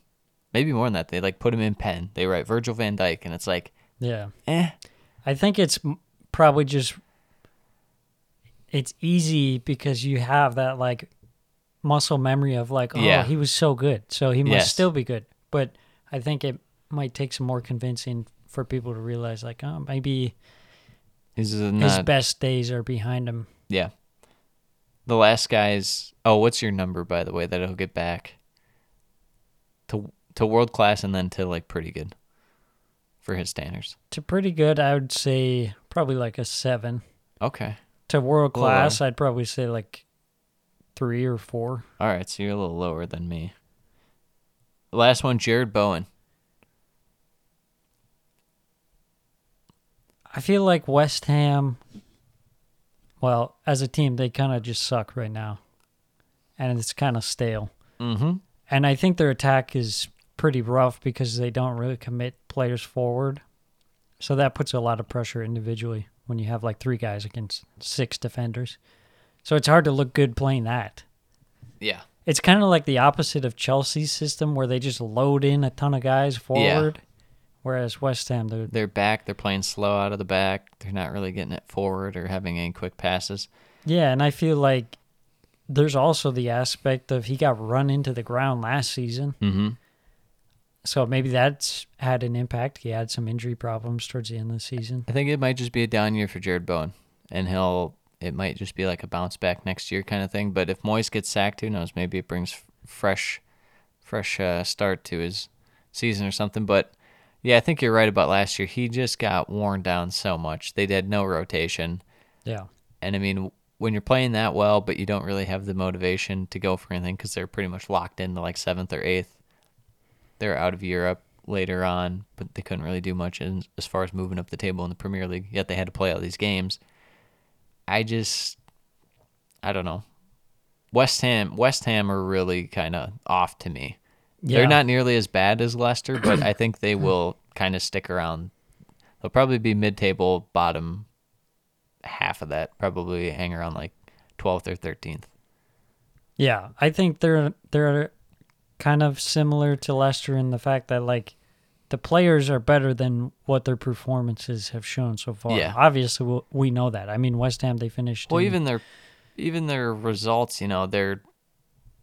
[SPEAKER 1] maybe more than that they like put him in pen they write virgil van dyke and it's like
[SPEAKER 7] yeah,
[SPEAKER 1] eh
[SPEAKER 7] I think it's m- probably just it's easy because you have that like muscle memory of like, oh,
[SPEAKER 1] Yeah.
[SPEAKER 7] he was so good, so he must
[SPEAKER 1] Yes.
[SPEAKER 7] still be good. But I think it might take some more convincing for people to realize like, oh, maybe
[SPEAKER 1] he's
[SPEAKER 7] his
[SPEAKER 1] not
[SPEAKER 7] best days are behind him.
[SPEAKER 1] yeah the last guy's oh what's your number by the way that he'll get back to to world class and then to like pretty good for his standards
[SPEAKER 7] To pretty good, I would say probably like a seven.
[SPEAKER 1] okay
[SPEAKER 7] to world
[SPEAKER 1] Little
[SPEAKER 7] class, I'd probably say like three or four.
[SPEAKER 1] All right, so you're a little lower than me. Last one, Jared Bowen.
[SPEAKER 7] I feel like West Ham, well, as a team, they kind of just suck right now, and it's kind of stale. Mm-hmm. And I think their attack is pretty rough because they don't really commit players forward, so that puts a lot of pressure individually when you have like three guys against six defenders. So it's hard to look good playing that.
[SPEAKER 1] Yeah.
[SPEAKER 7] It's kind of like the opposite of Chelsea's system where they just load in a ton of guys forward, whereas West Ham they're
[SPEAKER 1] They're back, they're playing slow out of the back. They're not really getting it forward or having any quick passes.
[SPEAKER 7] Yeah, and I feel like there's also the aspect of he got run into the ground last season. Mm-hmm. So maybe that's had an impact. He had some injury problems towards the end of the season.
[SPEAKER 1] I think it might just be a down year for Jared Bowen, and he'll it might just be like a bounce back next year kind of thing. But if Moyes gets sacked, who knows? Maybe it brings f- fresh, fresh uh, start to his season or something. But yeah, I think you're right about last year. He just got worn down so much. They did no rotation.
[SPEAKER 7] Yeah.
[SPEAKER 1] And I mean, when you're playing that well, but you don't really have the motivation to go for anything because they're pretty much locked into like seventh or eighth. They're out of Europe later on, but they couldn't really do much in, as far as moving up the table in the Premier League. Yet they had to play all these games. I just, I don't know. West Ham, West Ham are really kind of off to me.
[SPEAKER 7] Yeah.
[SPEAKER 1] They're not nearly as bad as Leicester, but I think they will kind of stick around. They'll probably be mid-table, bottom half of that, probably hang around like 12th or 13th.
[SPEAKER 7] Yeah, I think they're they're kind of similar to Leicester in the fact that like the players are better than what their performances have shown so far.
[SPEAKER 1] Yeah.
[SPEAKER 7] Obviously, we- we know that. I mean, West Ham they finished.
[SPEAKER 1] Well,
[SPEAKER 7] in-
[SPEAKER 1] even their even their results, you know, they're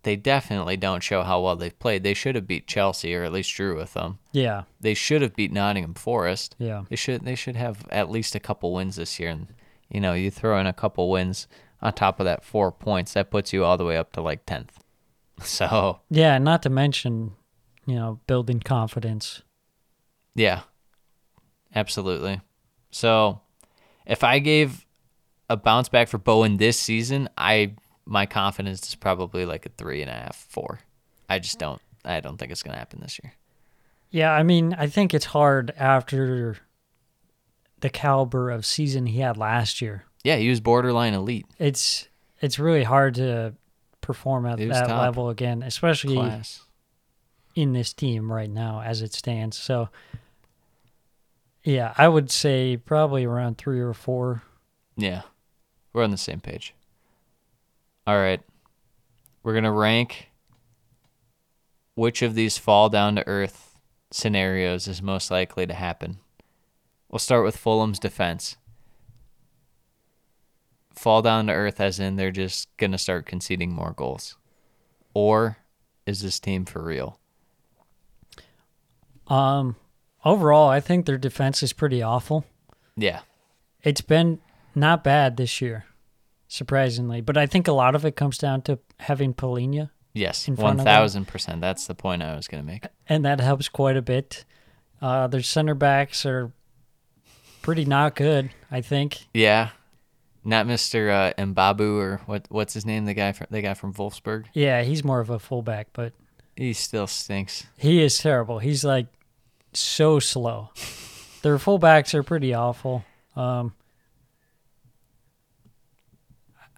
[SPEAKER 1] they definitely don't show how well they've played. They should have beat Chelsea or at least drew with them.
[SPEAKER 7] yeah,
[SPEAKER 1] They should have beat Nottingham Forest.
[SPEAKER 7] Yeah.
[SPEAKER 1] They should they should have at least a couple wins this year and you know, you throw in a couple wins on top of that 4 points, that puts you all the way up to like 10th. So,
[SPEAKER 7] yeah. Not to mention, you know, building confidence.
[SPEAKER 1] Yeah, absolutely. So, if I gave a bounce back for Bowen this season, I my confidence is probably like a three and a half, four. I just don't. I don't think it's gonna happen this year.
[SPEAKER 7] Yeah, I mean, I think it's hard after the caliber of season he had last year.
[SPEAKER 1] Yeah, he was borderline elite
[SPEAKER 7] It's it's really hard to perform at
[SPEAKER 1] He was
[SPEAKER 7] that
[SPEAKER 1] top
[SPEAKER 7] level again, especially
[SPEAKER 1] class.
[SPEAKER 7] in this team right now as it stands. So yeah, I would say probably around 3 or 4.
[SPEAKER 1] Yeah, we're on the same page. All right, we're gonna rank which of these fall down to earth scenarios is most likely to happen. We'll start with Fulham's defense. Fall down to earth, as in they're just gonna start conceding more goals, or is this team for real?
[SPEAKER 7] Um overall, I think their defense is pretty awful.
[SPEAKER 1] Yeah,
[SPEAKER 7] It's been not bad this year, surprisingly, but I think a lot of it comes down to having Polina
[SPEAKER 1] yes,
[SPEAKER 7] In
[SPEAKER 1] one
[SPEAKER 7] front of them?
[SPEAKER 1] thousand percent. That's the point I was gonna make.
[SPEAKER 7] and that helps quite a bit. Uh, their center backs are pretty not good, I think.
[SPEAKER 1] Yeah, Not Mr. Uh, Mbabu or what? What's his name? The guy from the guy from Wolfsburg.
[SPEAKER 7] Yeah, he's more of a fullback, but
[SPEAKER 1] He still stinks.
[SPEAKER 7] he is terrible. He's like so slow. Their fullbacks are pretty awful. Um,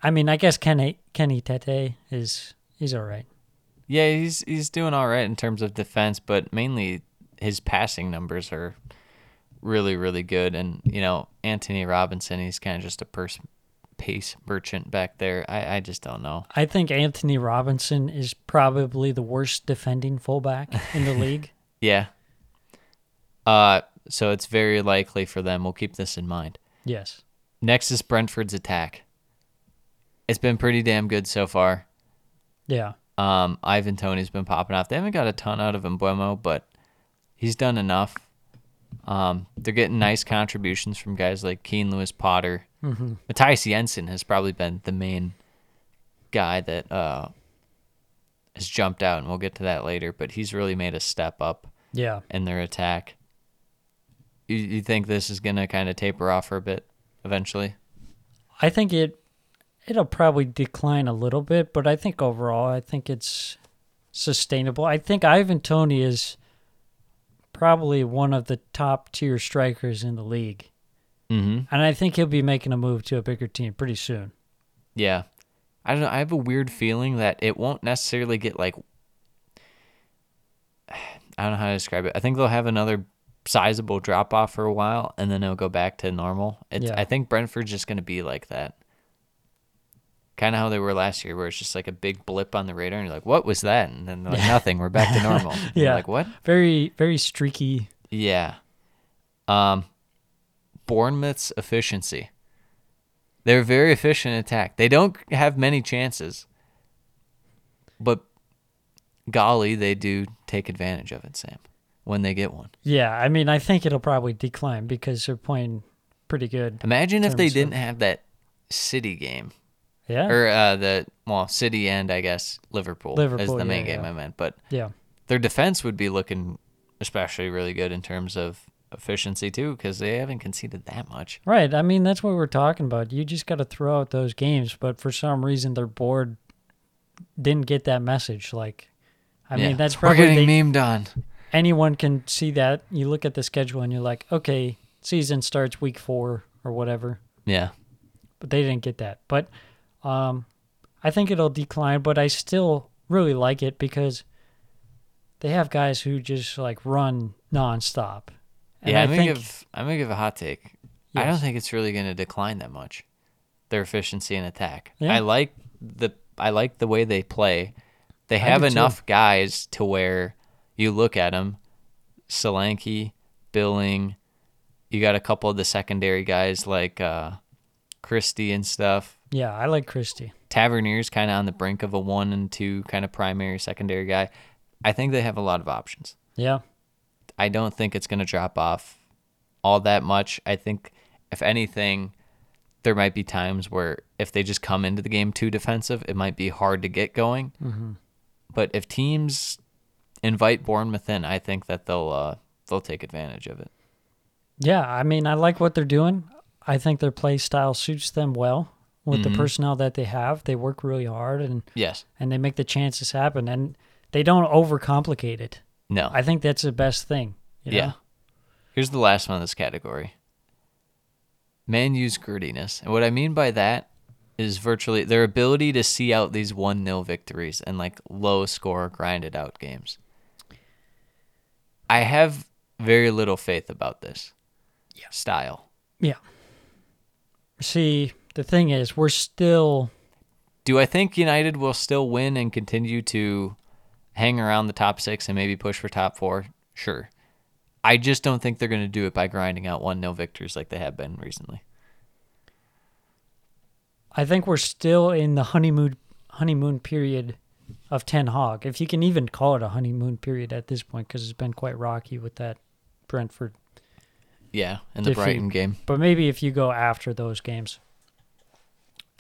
[SPEAKER 7] I mean, I guess Kenny Kenny Tete is he's all right.
[SPEAKER 1] Yeah, he's he's doing all right in terms of defense, but mainly his passing numbers are really really good. And you know Anthony Robinson, he's kind of just a purse pace merchant back there. I I just don't know.
[SPEAKER 7] I think Anthony Robinson is probably the worst defending fullback in the league.
[SPEAKER 1] Yeah. Uh, so it's very likely for them. We'll keep this in mind.
[SPEAKER 7] Yes.
[SPEAKER 1] Next is Brentford's attack. It's been pretty damn good so far.
[SPEAKER 7] Yeah.
[SPEAKER 1] Um, Ivan Tony's been popping off. They haven't got a ton out of Embuemo, but he's done enough. Um, they're getting nice contributions from guys like Keen Lewis Potter. Mm-hmm. Matthias Jensen has probably been the main guy that uh, has jumped out, and we'll get to that later, but he's really made a step up
[SPEAKER 7] Yeah.
[SPEAKER 1] in their attack. You, you think this is going to kind of taper off for a bit eventually?
[SPEAKER 7] I think it it'll probably decline a little bit, but I think overall I think it's sustainable. I think Ivan Tony is probably one of the top tier strikers in the league.
[SPEAKER 1] Mm-hmm.
[SPEAKER 7] And I think he'll be making a move to a bigger team pretty soon.
[SPEAKER 1] Yeah. I don't know. I have a weird feeling that it won't necessarily get like. I don't know how to describe it. I think they'll have another sizable drop off for a while and then it'll go back to normal. It's,
[SPEAKER 7] Yeah.
[SPEAKER 1] I think Brentford's just going to be like that. Kind of how they were last year, where it's just like a big blip on the radar and you're like, what was that? And then they're like, nothing. We're back to normal. And you're
[SPEAKER 7] Yeah.
[SPEAKER 1] Like, what?
[SPEAKER 7] Very very streaky.
[SPEAKER 1] Yeah. Um Bournemouth's efficiency. They're very efficient in attack. They don't have many chances. But golly, they do take advantage of it, Sam, when they get one.
[SPEAKER 7] Yeah, I mean I think it'll probably decline because they're playing pretty good.
[SPEAKER 1] Imagine if they
[SPEAKER 7] Terms of-
[SPEAKER 1] didn't have that City game.
[SPEAKER 7] Yeah.
[SPEAKER 1] Or uh the well, City and I guess Liverpool, is
[SPEAKER 7] Liverpool,
[SPEAKER 1] the main
[SPEAKER 7] yeah,
[SPEAKER 1] game
[SPEAKER 7] yeah.
[SPEAKER 1] I meant. But
[SPEAKER 7] yeah.
[SPEAKER 1] their defense would be looking especially really good in terms of efficiency too, because they haven't conceded that much.
[SPEAKER 7] Right. I mean, that's what we're talking about. You just got to throw out those games, but for some reason their board didn't get that message. Like, I mean, that's
[SPEAKER 1] we're
[SPEAKER 7] probably
[SPEAKER 1] getting
[SPEAKER 7] the,
[SPEAKER 1] memed on.
[SPEAKER 7] anyone can see that. You look at the schedule and you're like, okay, season starts week four or whatever.
[SPEAKER 1] Yeah,
[SPEAKER 7] But they didn't get that. But um, I think it'll decline. But I still really like it because they have guys who just like run nonstop. And
[SPEAKER 1] yeah.
[SPEAKER 7] I
[SPEAKER 1] I'm gonna
[SPEAKER 7] think
[SPEAKER 1] give I'm gonna give a hot take. I don't
[SPEAKER 7] Yes.
[SPEAKER 1] think it's really gonna decline that much. Their efficiency and attack.
[SPEAKER 7] Yeah.
[SPEAKER 1] I like the I like the way they play. They
[SPEAKER 7] do
[SPEAKER 1] have
[SPEAKER 7] too.
[SPEAKER 1] enough guys to where you look at them. Solanke, Billing. You got a couple of the secondary guys like uh, Christie and stuff.
[SPEAKER 7] yeah, I like Christie.
[SPEAKER 1] Tavernier's kind of on the brink of a one and two kind of primary secondary guy. I think they have a lot of options.
[SPEAKER 7] Yeah.
[SPEAKER 1] I don't think it's going to drop off all that much. I think, if anything, there might be times where if they just come into the game too defensive, it might be hard to get going. But if teams invite Bournemouth in, I think that they'll uh, they'll take advantage of it.
[SPEAKER 7] Yeah, I mean, I like what they're doing. I think their play style suits them well with the personnel that they have. They work really hard and
[SPEAKER 1] Yes.
[SPEAKER 7] and they make the chances happen and they don't overcomplicate it.
[SPEAKER 1] No.
[SPEAKER 7] I think that's the best thing. you know?
[SPEAKER 1] Yeah. Here's the last one in this category. Man U's grittiness. And what I mean by that is virtually their ability to see out these 1 0 victories and like low score, grinded out games. I have very little faith about this style.
[SPEAKER 7] Yeah. See, the thing is, we're still
[SPEAKER 1] Do I think United will still win and continue to hang around the top six and maybe push for top four? Sure. I just don't think they're going to do it by grinding out 1 0 victories like they have been recently.
[SPEAKER 7] I think we're still in the honeymoon honeymoon period of Ten Hog, if you can even call it a honeymoon period at this point, because it's been quite rocky with that Brentford.
[SPEAKER 1] Yeah, in the
[SPEAKER 7] Defeat.
[SPEAKER 1] Brighton game.
[SPEAKER 7] But maybe if you go after those games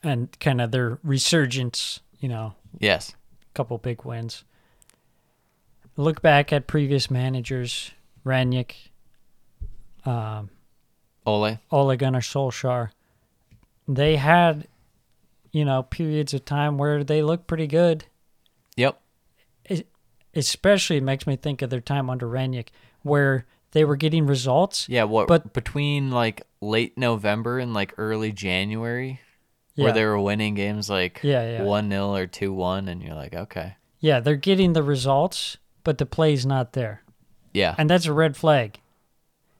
[SPEAKER 7] and kind of their resurgence, you know,
[SPEAKER 1] Yes.
[SPEAKER 7] a couple big wins. Look back at previous managers, Ranick,
[SPEAKER 1] Ole.
[SPEAKER 7] Ole Gunnar Solskjaer. they had, you know, periods of time where they looked pretty good.
[SPEAKER 1] Yep.
[SPEAKER 7] It especially makes me think of their time under Ranick, where they were getting results.
[SPEAKER 1] Yeah, what
[SPEAKER 7] But-
[SPEAKER 1] between like late November and like early January where
[SPEAKER 7] Yeah.
[SPEAKER 1] they were winning games like
[SPEAKER 7] Yeah, yeah.
[SPEAKER 1] 1 0 or 2 1, and you're like, okay.
[SPEAKER 7] Yeah, they're getting the results, but the play's not there.
[SPEAKER 1] Yeah.
[SPEAKER 7] And that's a red flag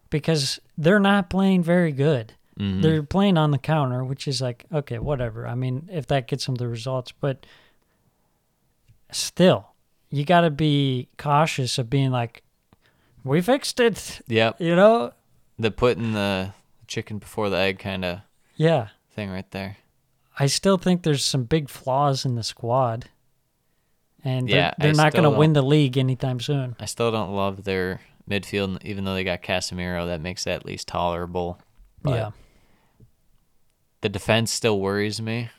[SPEAKER 7] because they're not playing very good.
[SPEAKER 1] Mm-hmm.
[SPEAKER 7] They're playing on the counter, which is like, okay, whatever. I mean, if that gets them the results, but still, you got to be cautious of being like, we fixed it.
[SPEAKER 1] yep.
[SPEAKER 7] You know?
[SPEAKER 1] The putting the chicken before the egg kind of
[SPEAKER 7] Yeah.
[SPEAKER 1] thing right there.
[SPEAKER 7] I still think there's some big flaws in the squad. And they're,
[SPEAKER 1] Yeah, I
[SPEAKER 7] they're not going
[SPEAKER 1] still
[SPEAKER 7] to win the league anytime soon.
[SPEAKER 1] I still don't love their midfield, even though they got Casemiro. That makes it at least tolerable. But
[SPEAKER 7] yeah.
[SPEAKER 1] the defense still worries me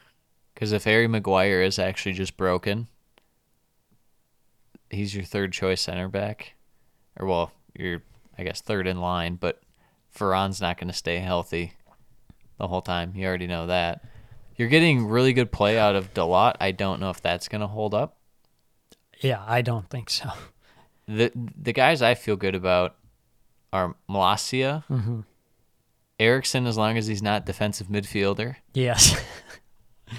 [SPEAKER 1] because if Harry Maguire is actually just broken, he's your third choice center back, or well, you're I guess third in line. But Ferran's not going to stay healthy the whole time. You already know that. You're getting really good play out of Dalot. I don't know if that's going to hold up.
[SPEAKER 7] Yeah, I don't think so.
[SPEAKER 1] the the guys I feel good about are Malasia, Erickson, as long as he's not defensive midfielder.
[SPEAKER 7] Yes.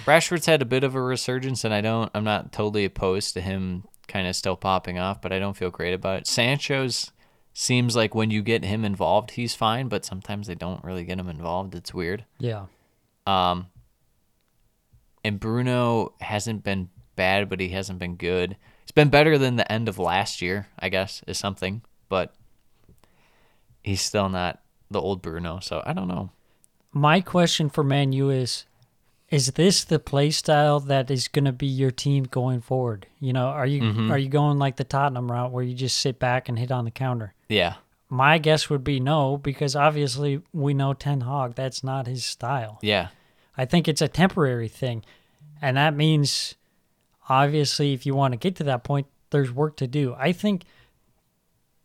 [SPEAKER 1] Rashford's had a bit of a resurgence, and I don't. I'm not totally opposed to him kind of still popping off, but I don't feel great about it. Sancho's seems like when you get him involved, he's fine, but sometimes they don't really get him involved. It's weird.
[SPEAKER 7] yeah.
[SPEAKER 1] And Bruno hasn't been bad, but he hasn't been good. It's been better than the end of last year, I guess, is something, but he's still not the old Bruno, so I don't know.
[SPEAKER 7] My question for Man U is is this the play style that is going to be your team going forward? You know, are you are you going like the Tottenham route where you just sit back and hit on the counter?
[SPEAKER 1] Yeah.
[SPEAKER 7] My guess would be no because obviously we know Ten Hog that's not his style.
[SPEAKER 1] Yeah.
[SPEAKER 7] I think it's a temporary thing. And that means obviously if you want to get to that point, there's work to do. I think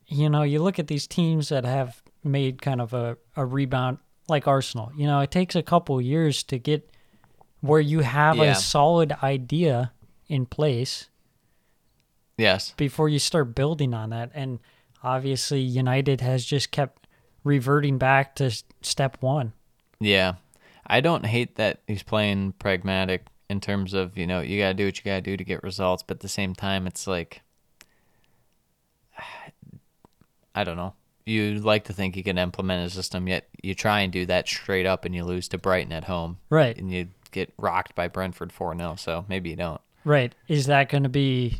[SPEAKER 7] you know, you look at these teams that have made kind of a, a rebound like Arsenal. You know, it takes a couple years to get where you have
[SPEAKER 1] Yeah.
[SPEAKER 7] a solid idea in place
[SPEAKER 1] Yes.
[SPEAKER 7] before you start building on that. And obviously United has just kept reverting back to s- step 1.
[SPEAKER 1] Yeah. I don't hate that he's playing pragmatic in terms of, you know, you got to do what you got to do to get results, but at the same time, it's like, I don't know. You like to think you can implement a system, yet you try and do that straight up and you lose to Brighton at home.
[SPEAKER 7] Right.
[SPEAKER 1] And you get rocked by Brentford 4 0, so maybe you don't.
[SPEAKER 7] Right. Is that going to be,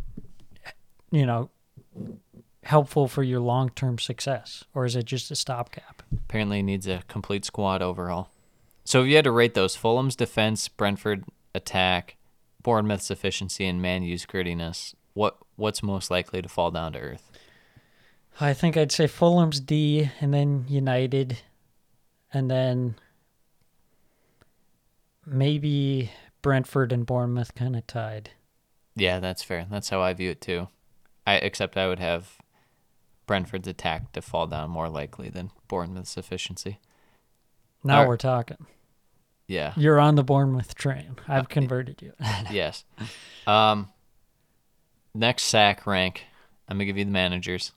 [SPEAKER 7] you know, helpful for your long term success? Or is it just a stopgap?
[SPEAKER 1] Apparently, he needs a complete squad overhaul. So if you had to rate those, Fulham's defense, Brentford attack, Bournemouth's efficiency, and Man U's grittiness, what what's most likely to fall down to earth?
[SPEAKER 7] I think I'd say Fulham's D and then United and then maybe Brentford and Bournemouth kind of tied.
[SPEAKER 1] Yeah, that's fair. That's how I view it too. I except I would have Brentford's attack to fall down more likely than Bournemouth's efficiency.
[SPEAKER 7] Now
[SPEAKER 1] All right.
[SPEAKER 7] we're talking.
[SPEAKER 1] Yeah.
[SPEAKER 7] You're on the Bournemouth train.
[SPEAKER 1] Uh,
[SPEAKER 7] I've converted you.
[SPEAKER 1] yes. Um next sack rank. I'm gonna give you the managers.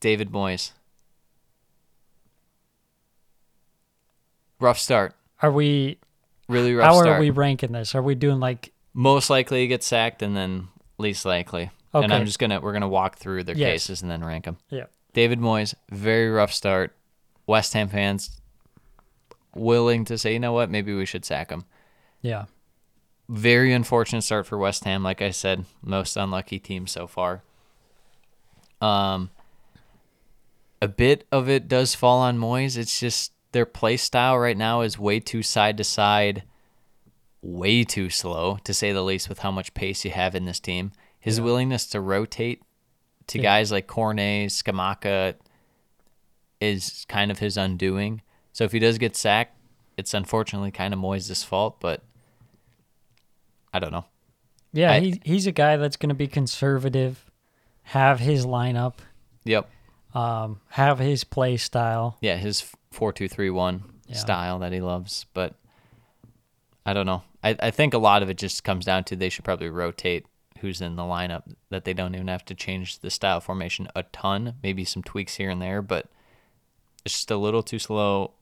[SPEAKER 1] David Moyes. Rough start.
[SPEAKER 7] Are we,
[SPEAKER 1] Really rough
[SPEAKER 7] how
[SPEAKER 1] start.
[SPEAKER 7] are we ranking this? Are we doing like,
[SPEAKER 1] Most likely to get sacked and then least likely. And
[SPEAKER 7] Okay.
[SPEAKER 1] I'm just gonna we're gonna walk through their
[SPEAKER 7] Yes.
[SPEAKER 1] cases and then rank them.
[SPEAKER 7] yeah,
[SPEAKER 1] David Moyes, very rough start. West Ham fans willing to say, you know what, maybe we should sack him.
[SPEAKER 7] yeah,
[SPEAKER 1] Very unfortunate start for West Ham. Like I said, most unlucky team so far. Um, a bit of it does fall on Moyes. It's just their play style right now is way too side to side, way too slow to say the least. With how much pace you have in this team, his willingness to rotate to guys like Cornet, Skamaka is kind of his undoing. So if he does get sacked, it's unfortunately kind of Moyes' fault. But I don't know.
[SPEAKER 7] Yeah,
[SPEAKER 1] I-
[SPEAKER 7] he, he's a guy that's going to be conservative, have his lineup,
[SPEAKER 1] Yep.
[SPEAKER 7] um, have his play style.
[SPEAKER 1] yeah, his four two three one
[SPEAKER 7] Yeah.
[SPEAKER 1] style that he loves. But I don't know. I, I think a lot of it just comes down to they should probably rotate who's in the lineup, that they don't even have to change the style formation a ton. Maybe some tweaks here and there, but it's just a little too slow.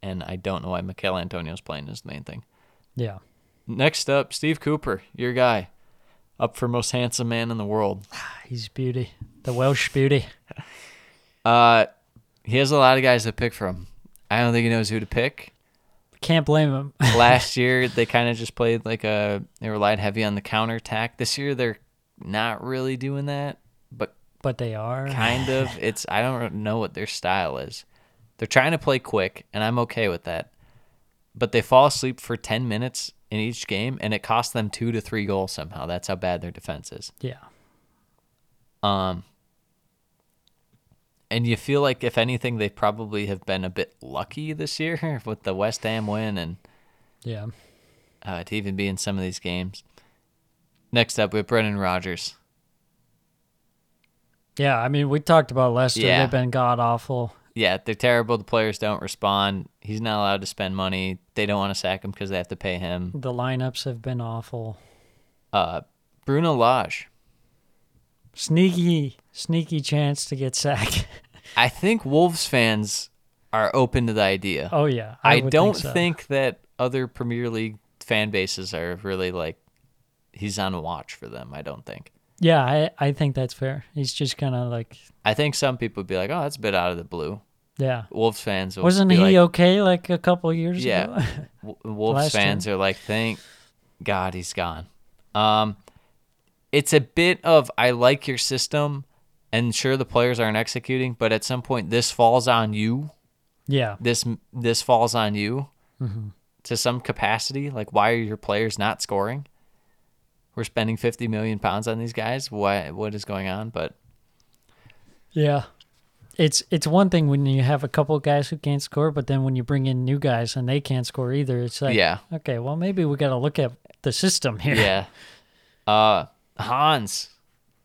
[SPEAKER 1] And I don't know why Mikel Antonio's playing is the main thing.
[SPEAKER 7] Yeah.
[SPEAKER 1] Next up, Steve Cooper, your guy, up for most handsome man in the world.
[SPEAKER 7] He's beauty. The Welsh beauty.
[SPEAKER 1] Uh, he has a lot of guys to pick from. I don't think he knows who to pick.
[SPEAKER 7] Can't blame him.
[SPEAKER 1] last year they kind of just played like a they relied heavy on the counter attack. This year they're not really doing that, but
[SPEAKER 7] but they are.
[SPEAKER 1] kind of. It's I don't know what their style is. They're trying to play quick, and I'm okay with that. But they fall asleep for 10 minutes in each game, and it costs them two to three goals somehow. That's how bad their defense is.
[SPEAKER 7] Yeah.
[SPEAKER 1] And you feel like, if anything, they probably have been a bit lucky this year with the West Ham win and
[SPEAKER 7] Yeah.
[SPEAKER 1] uh, to even be in some of these games. Next up, we have Brendan Rodgers.
[SPEAKER 7] Yeah. I mean, we talked about Leicester.
[SPEAKER 1] Yeah.
[SPEAKER 7] They've been god awful.
[SPEAKER 1] Yeah, they're terrible. The players don't respond. He's not allowed to spend money. They don't want to sack him because they have to pay him.
[SPEAKER 7] The lineups have been awful.
[SPEAKER 1] Uh, Bruno Lage.
[SPEAKER 7] Sneaky, sneaky chance to get sacked.
[SPEAKER 1] I think Wolves fans are open to the idea.
[SPEAKER 7] oh yeah.
[SPEAKER 1] I,
[SPEAKER 7] would
[SPEAKER 1] don't
[SPEAKER 7] so.
[SPEAKER 1] think that other Premier League fan bases are really like he's on watch for them. I don't think.
[SPEAKER 7] Yeah, I, I think that's fair. He's just kind of like,
[SPEAKER 1] I think some people would be like, "Oh, that's a bit out of the blue."
[SPEAKER 7] yeah.
[SPEAKER 1] Wolves fans will
[SPEAKER 7] Wasn't
[SPEAKER 1] be
[SPEAKER 7] he
[SPEAKER 1] like,
[SPEAKER 7] okay like a couple years
[SPEAKER 1] Yeah.
[SPEAKER 7] ago?
[SPEAKER 1] W- Wolves
[SPEAKER 7] Last
[SPEAKER 1] fans are like, thank God he's gone. Um, it's a bit of I like your system, and sure the players aren't executing, but at some point this falls on you.
[SPEAKER 7] yeah.
[SPEAKER 1] This this falls on you to some capacity. Like, why are your players not scoring? We're spending fifty million pounds on these guys. What what is going on? But
[SPEAKER 7] Yeah. It's it's one thing when you have a couple guys who can't score, but then when you bring in new guys and they can't score either, it's like
[SPEAKER 1] Yeah.
[SPEAKER 7] okay, well maybe we gotta look at the system here.
[SPEAKER 1] yeah, uh, Hans,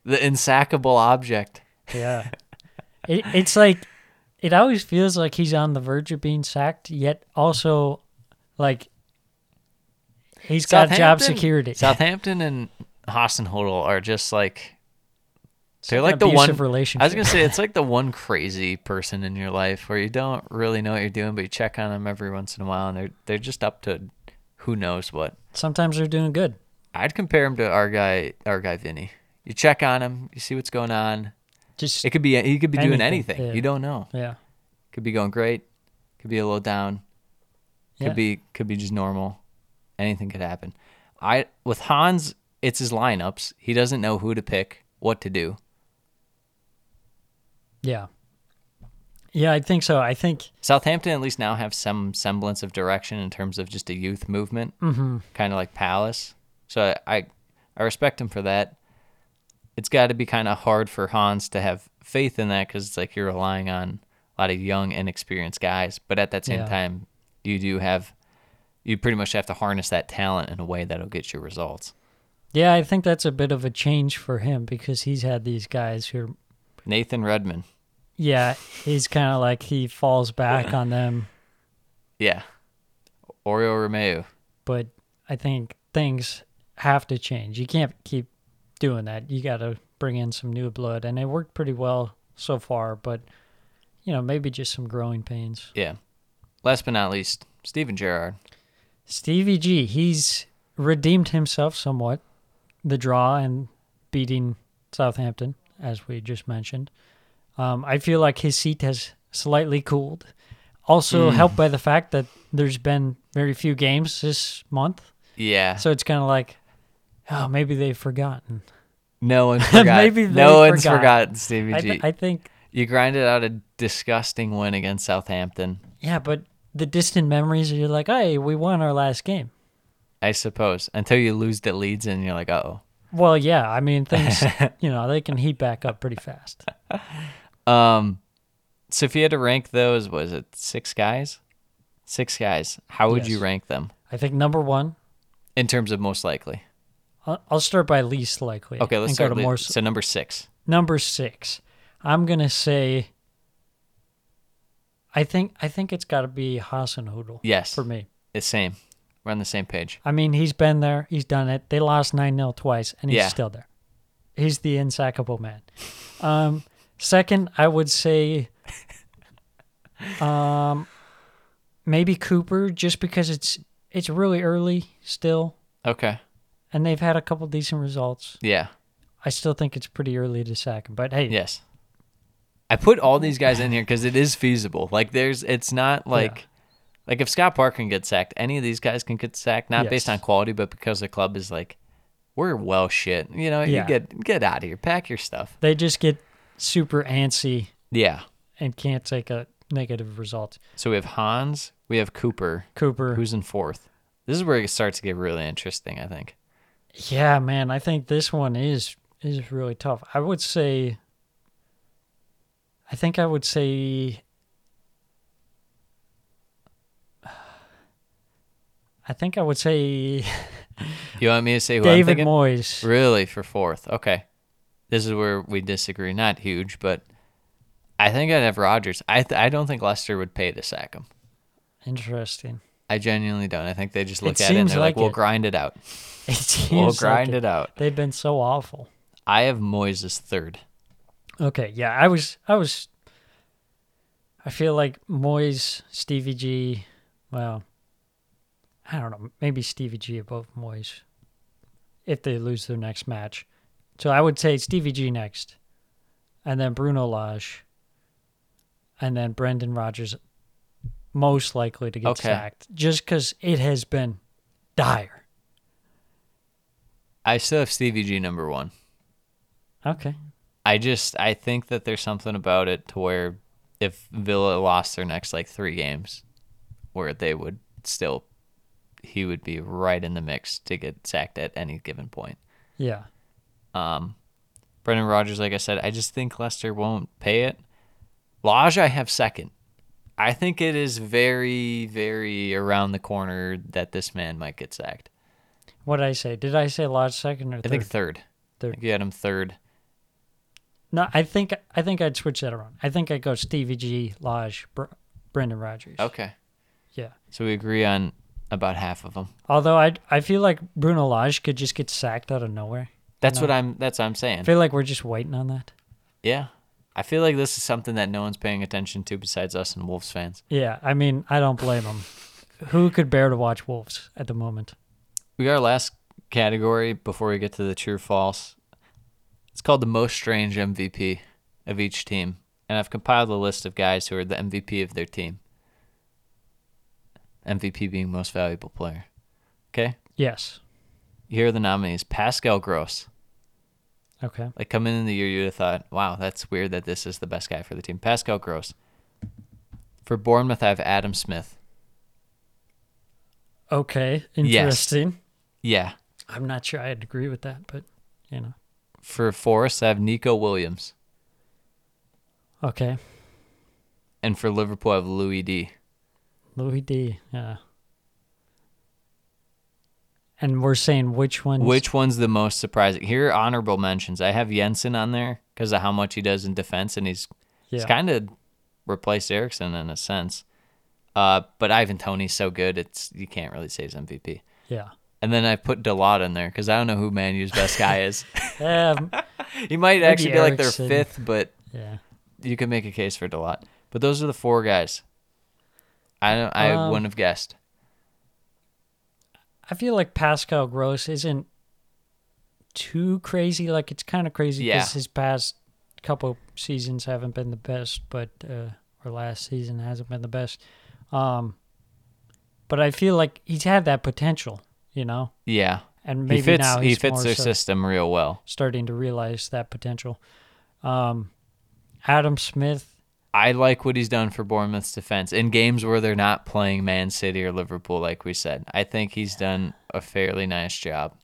[SPEAKER 1] the insackable object.
[SPEAKER 7] Yeah. it, it's like it always feels like he's on the verge of being sacked, yet also like he's got job
[SPEAKER 1] Southampton-
[SPEAKER 7] security.
[SPEAKER 1] Southampton and Hasenhodel are just like they're
[SPEAKER 7] an
[SPEAKER 1] like the one
[SPEAKER 7] abusive relationship.
[SPEAKER 1] I was gonna say it's like the one crazy person in your life where you don't really know what you're doing, but you check on them every once in a while, and they're they're just up to who knows what.
[SPEAKER 7] Sometimes they're doing good.
[SPEAKER 1] I'd compare him to our guy, our guy Vinny. You check on him, you see what's going on.
[SPEAKER 7] Just
[SPEAKER 1] It could be he could be doing
[SPEAKER 7] Anything,
[SPEAKER 1] anything.
[SPEAKER 7] yeah.
[SPEAKER 1] You don't know.
[SPEAKER 7] yeah.
[SPEAKER 1] Could be going great. Could be a little down. Could
[SPEAKER 7] Yeah.
[SPEAKER 1] be could be just normal. Anything could happen. I with Hans, it's his lineups. He doesn't know who to pick, what to do.
[SPEAKER 7] Yeah. Yeah, I think so. I think
[SPEAKER 1] Southampton at least now have some semblance of direction in terms of just a youth movement, mm-hmm. kind of like Palace. So I, I, I respect him for that. It's got to be kind of hard for Hans to have faith in that because it's like you're relying on a lot of young, inexperienced guys. But at that same
[SPEAKER 7] Yeah.
[SPEAKER 1] time, you do have, you pretty much have to harness that talent in a way that'll get you results.
[SPEAKER 7] yeah, I think that's a bit of a change for him because he's had these guys who are
[SPEAKER 1] Nathan Redmond,
[SPEAKER 7] Yeah, he's kind of like he falls back on them,
[SPEAKER 1] yeah, Oreo Romeo,
[SPEAKER 7] but I think things have to change. You can't keep doing that. You got to bring in some new blood, and it worked pretty well so far, but you know, maybe just some growing pains.
[SPEAKER 1] yeah. Last but not least, Steven Gerrard.
[SPEAKER 7] Stevie G, he's redeemed himself somewhat. The draw and beating Southampton, as we just mentioned. Um, I feel like his seat has slightly cooled. Also helped by the fact that there's been very few games this month.
[SPEAKER 1] Yeah.
[SPEAKER 7] So it's kind of like, oh, maybe they've forgotten.
[SPEAKER 1] No one's forgotten.
[SPEAKER 7] Maybe they
[SPEAKER 1] no one's
[SPEAKER 7] forgot.
[SPEAKER 1] forgotten Stevie
[SPEAKER 7] I,
[SPEAKER 1] G.
[SPEAKER 7] th- I think,
[SPEAKER 1] you grinded out a disgusting win against Southampton,
[SPEAKER 7] yeah, but the distant memories, you're like, hey, we won our last game.
[SPEAKER 1] I suppose, until you lose to Leeds and you're like, oh.
[SPEAKER 7] Well, yeah, I mean, things, you know, they can heat back up pretty fast.
[SPEAKER 1] So if you had to rank those, was it six guys? Six guys. How would you
[SPEAKER 7] Yes.
[SPEAKER 1] rank them
[SPEAKER 7] I think number one,
[SPEAKER 1] in terms of most likely?
[SPEAKER 7] I'll I'll start by least likely.
[SPEAKER 1] Okay, let's
[SPEAKER 7] and
[SPEAKER 1] start.
[SPEAKER 7] go to
[SPEAKER 1] with-
[SPEAKER 7] more.
[SPEAKER 1] so number six.
[SPEAKER 7] Number six, I'm gonna say. I think I think it's got to be Hassan Hoodle.
[SPEAKER 1] Yes.
[SPEAKER 7] for me.
[SPEAKER 1] It's same. We're on the same page.
[SPEAKER 7] I mean, he's been there, he's done it. They lost 9 0 twice, and he's
[SPEAKER 1] Yeah.
[SPEAKER 7] still there. He's the insackable man. Um, second, I would say um, maybe Cooper, just because it's it's really early still,
[SPEAKER 1] Okay.
[SPEAKER 7] and they've had a couple decent results.
[SPEAKER 1] Yeah.
[SPEAKER 7] I still think it's pretty early to sack him, but hey,
[SPEAKER 1] Yes. I put all these guys in here because it is feasible. Like there's, it's not like, like if Scott Parker can get sacked, any of these guys can get sacked, not based
[SPEAKER 7] Yes.
[SPEAKER 1] on quality, but because the club is like, we're well shit. You know,
[SPEAKER 7] Yeah.
[SPEAKER 1] you get get out of here, pack your stuff.
[SPEAKER 7] they just get super antsy
[SPEAKER 1] Yeah.
[SPEAKER 7] and can't take a negative result.
[SPEAKER 1] So we have Hans, we have Cooper,
[SPEAKER 7] Cooper,
[SPEAKER 1] who's in fourth. This is where it starts to get really interesting. I think.
[SPEAKER 7] yeah, man, I think this one is is really tough. I would say, I think I would say, I think I would say
[SPEAKER 1] You want me to say who I'm
[SPEAKER 7] David
[SPEAKER 1] thinking?
[SPEAKER 7] Moyes.
[SPEAKER 1] Really, for fourth. Okay. This is where we disagree. Not huge, but I think I'd have Rodgers. I th- I don't think Lester would pay to sack him.
[SPEAKER 7] Interesting.
[SPEAKER 1] I genuinely don't. I think they just look
[SPEAKER 7] It
[SPEAKER 1] at it and
[SPEAKER 7] seems
[SPEAKER 1] they're like,
[SPEAKER 7] like
[SPEAKER 1] we'll
[SPEAKER 7] it.
[SPEAKER 1] grind it out.
[SPEAKER 7] It seems
[SPEAKER 1] We'll
[SPEAKER 7] like
[SPEAKER 1] grind it out.
[SPEAKER 7] They've been so awful.
[SPEAKER 1] I have Moyes as third.
[SPEAKER 7] Okay, yeah, I was, I was, I feel like Moyes, Stevie G, well, I don't know, maybe Stevie G above Moyes if they lose their next match. So I would say Stevie G next, and then Bruno Lage, and then Brendan Rodgers, most likely to get
[SPEAKER 1] Okay.
[SPEAKER 7] sacked, just because it has been dire.
[SPEAKER 1] I still have Stevie G number one.
[SPEAKER 7] Okay,
[SPEAKER 1] I just I think that there's something about it to where if Villa lost their next like three games, where they would still he would be right in the mix to get sacked at any given point.
[SPEAKER 7] yeah,
[SPEAKER 1] Brendan Rodgers, like I said, I just think Lester won't pay it. Lodge, I have second. I think it is very, very around the corner that this man might get sacked.
[SPEAKER 7] what did I say? Did I say Lodge second or
[SPEAKER 1] I
[SPEAKER 7] third?
[SPEAKER 1] think third.
[SPEAKER 7] Third.
[SPEAKER 1] I think you had him third.
[SPEAKER 7] No, I think I think I'd switch that around. I think I'd go Stevie G, Lodge, Br- Brendan Rodgers.
[SPEAKER 1] Okay.
[SPEAKER 7] Yeah.
[SPEAKER 1] So we agree on about half of them.
[SPEAKER 7] Although I I feel like Bruno Lodge could just get sacked out of nowhere.
[SPEAKER 1] That's what I'm. That's what I'm saying.
[SPEAKER 7] I feel like we're just waiting on that.
[SPEAKER 1] Yeah. I feel like this is something that no one's paying attention to besides us and Wolves fans.
[SPEAKER 7] Yeah, I mean, I don't blame him. Who could bear to watch Wolves at the moment?
[SPEAKER 1] We got our last category before we get to the true or false. It's called the most strange MVP of each team. And I've compiled a list of guys who are the MVP of their team. MVP being most valuable player. Okay?
[SPEAKER 7] Yes.
[SPEAKER 1] Here are the nominees. Pascal Gross.
[SPEAKER 7] Okay.
[SPEAKER 1] Like coming in the year, you'd have thought, wow, that's weird that this is the best guy for the team. Pascal Gross. For Bournemouth, I have Adam Smith.
[SPEAKER 7] Okay.
[SPEAKER 1] Yes.
[SPEAKER 7] Interesting.
[SPEAKER 1] Yeah.
[SPEAKER 7] I'm not sure I'd agree with that, but you know.
[SPEAKER 1] For Forest, I have Nico Williams.
[SPEAKER 7] Okay.
[SPEAKER 1] And for Liverpool, I have Louis D.
[SPEAKER 7] Louis D. Yeah. And we're saying which one?
[SPEAKER 1] Which one's the most surprising? Here are honorable mentions. I have Jensen on there because of how much he does in defense, and he's, he's
[SPEAKER 7] Yeah.
[SPEAKER 1] kind of replaced Erickson in a sense. Uh, but Ivan Tony's so good, it's you can't really say he's MVP.
[SPEAKER 7] Yeah.
[SPEAKER 1] And then I put Delot in there because I don't know who Manu's best guy is.
[SPEAKER 7] Um,
[SPEAKER 1] he might actually be like their
[SPEAKER 7] Erickson.
[SPEAKER 1] fifth, but
[SPEAKER 7] yeah.
[SPEAKER 1] you can make a case for Delot. But those are the four guys. I don't. I
[SPEAKER 7] Um,
[SPEAKER 1] wouldn't have guessed.
[SPEAKER 7] I feel like Pascal Gross isn't too crazy. Like it's kind of crazy
[SPEAKER 1] Yeah.
[SPEAKER 7] because his past couple seasons haven't been the best, but uh, or last season hasn't been the best. Um, but I feel like he's had that potential, you know,
[SPEAKER 1] Yeah.
[SPEAKER 7] and maybe
[SPEAKER 1] he fits
[SPEAKER 7] now
[SPEAKER 1] he
[SPEAKER 7] he's
[SPEAKER 1] fits
[SPEAKER 7] more
[SPEAKER 1] their
[SPEAKER 7] so
[SPEAKER 1] system real well.
[SPEAKER 7] starting to realize that potential. Um, Adam Smith,
[SPEAKER 1] I like what he's done for Bournemouth's defense in games where they're not playing Man City or Liverpool, like we said. I think he's done a fairly nice job.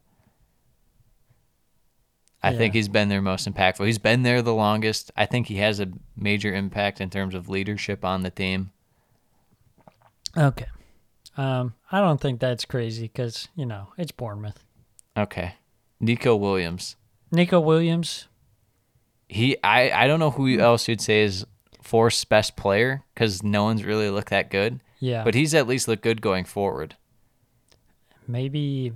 [SPEAKER 1] I think
[SPEAKER 7] Yeah.
[SPEAKER 1] he's been their most impactful. He's been there the longest. I think he has a major impact in terms of leadership on the team.
[SPEAKER 7] okay. Um, I don't think that's crazy because you know it's Bournemouth.
[SPEAKER 1] Okay. Nico Williams.
[SPEAKER 7] Nico Williams,
[SPEAKER 1] He I, I don't know who else you'd say is fourth's best player because no one's really looked that good.
[SPEAKER 7] yeah,
[SPEAKER 1] But he's at least looked good going forward.
[SPEAKER 7] maybe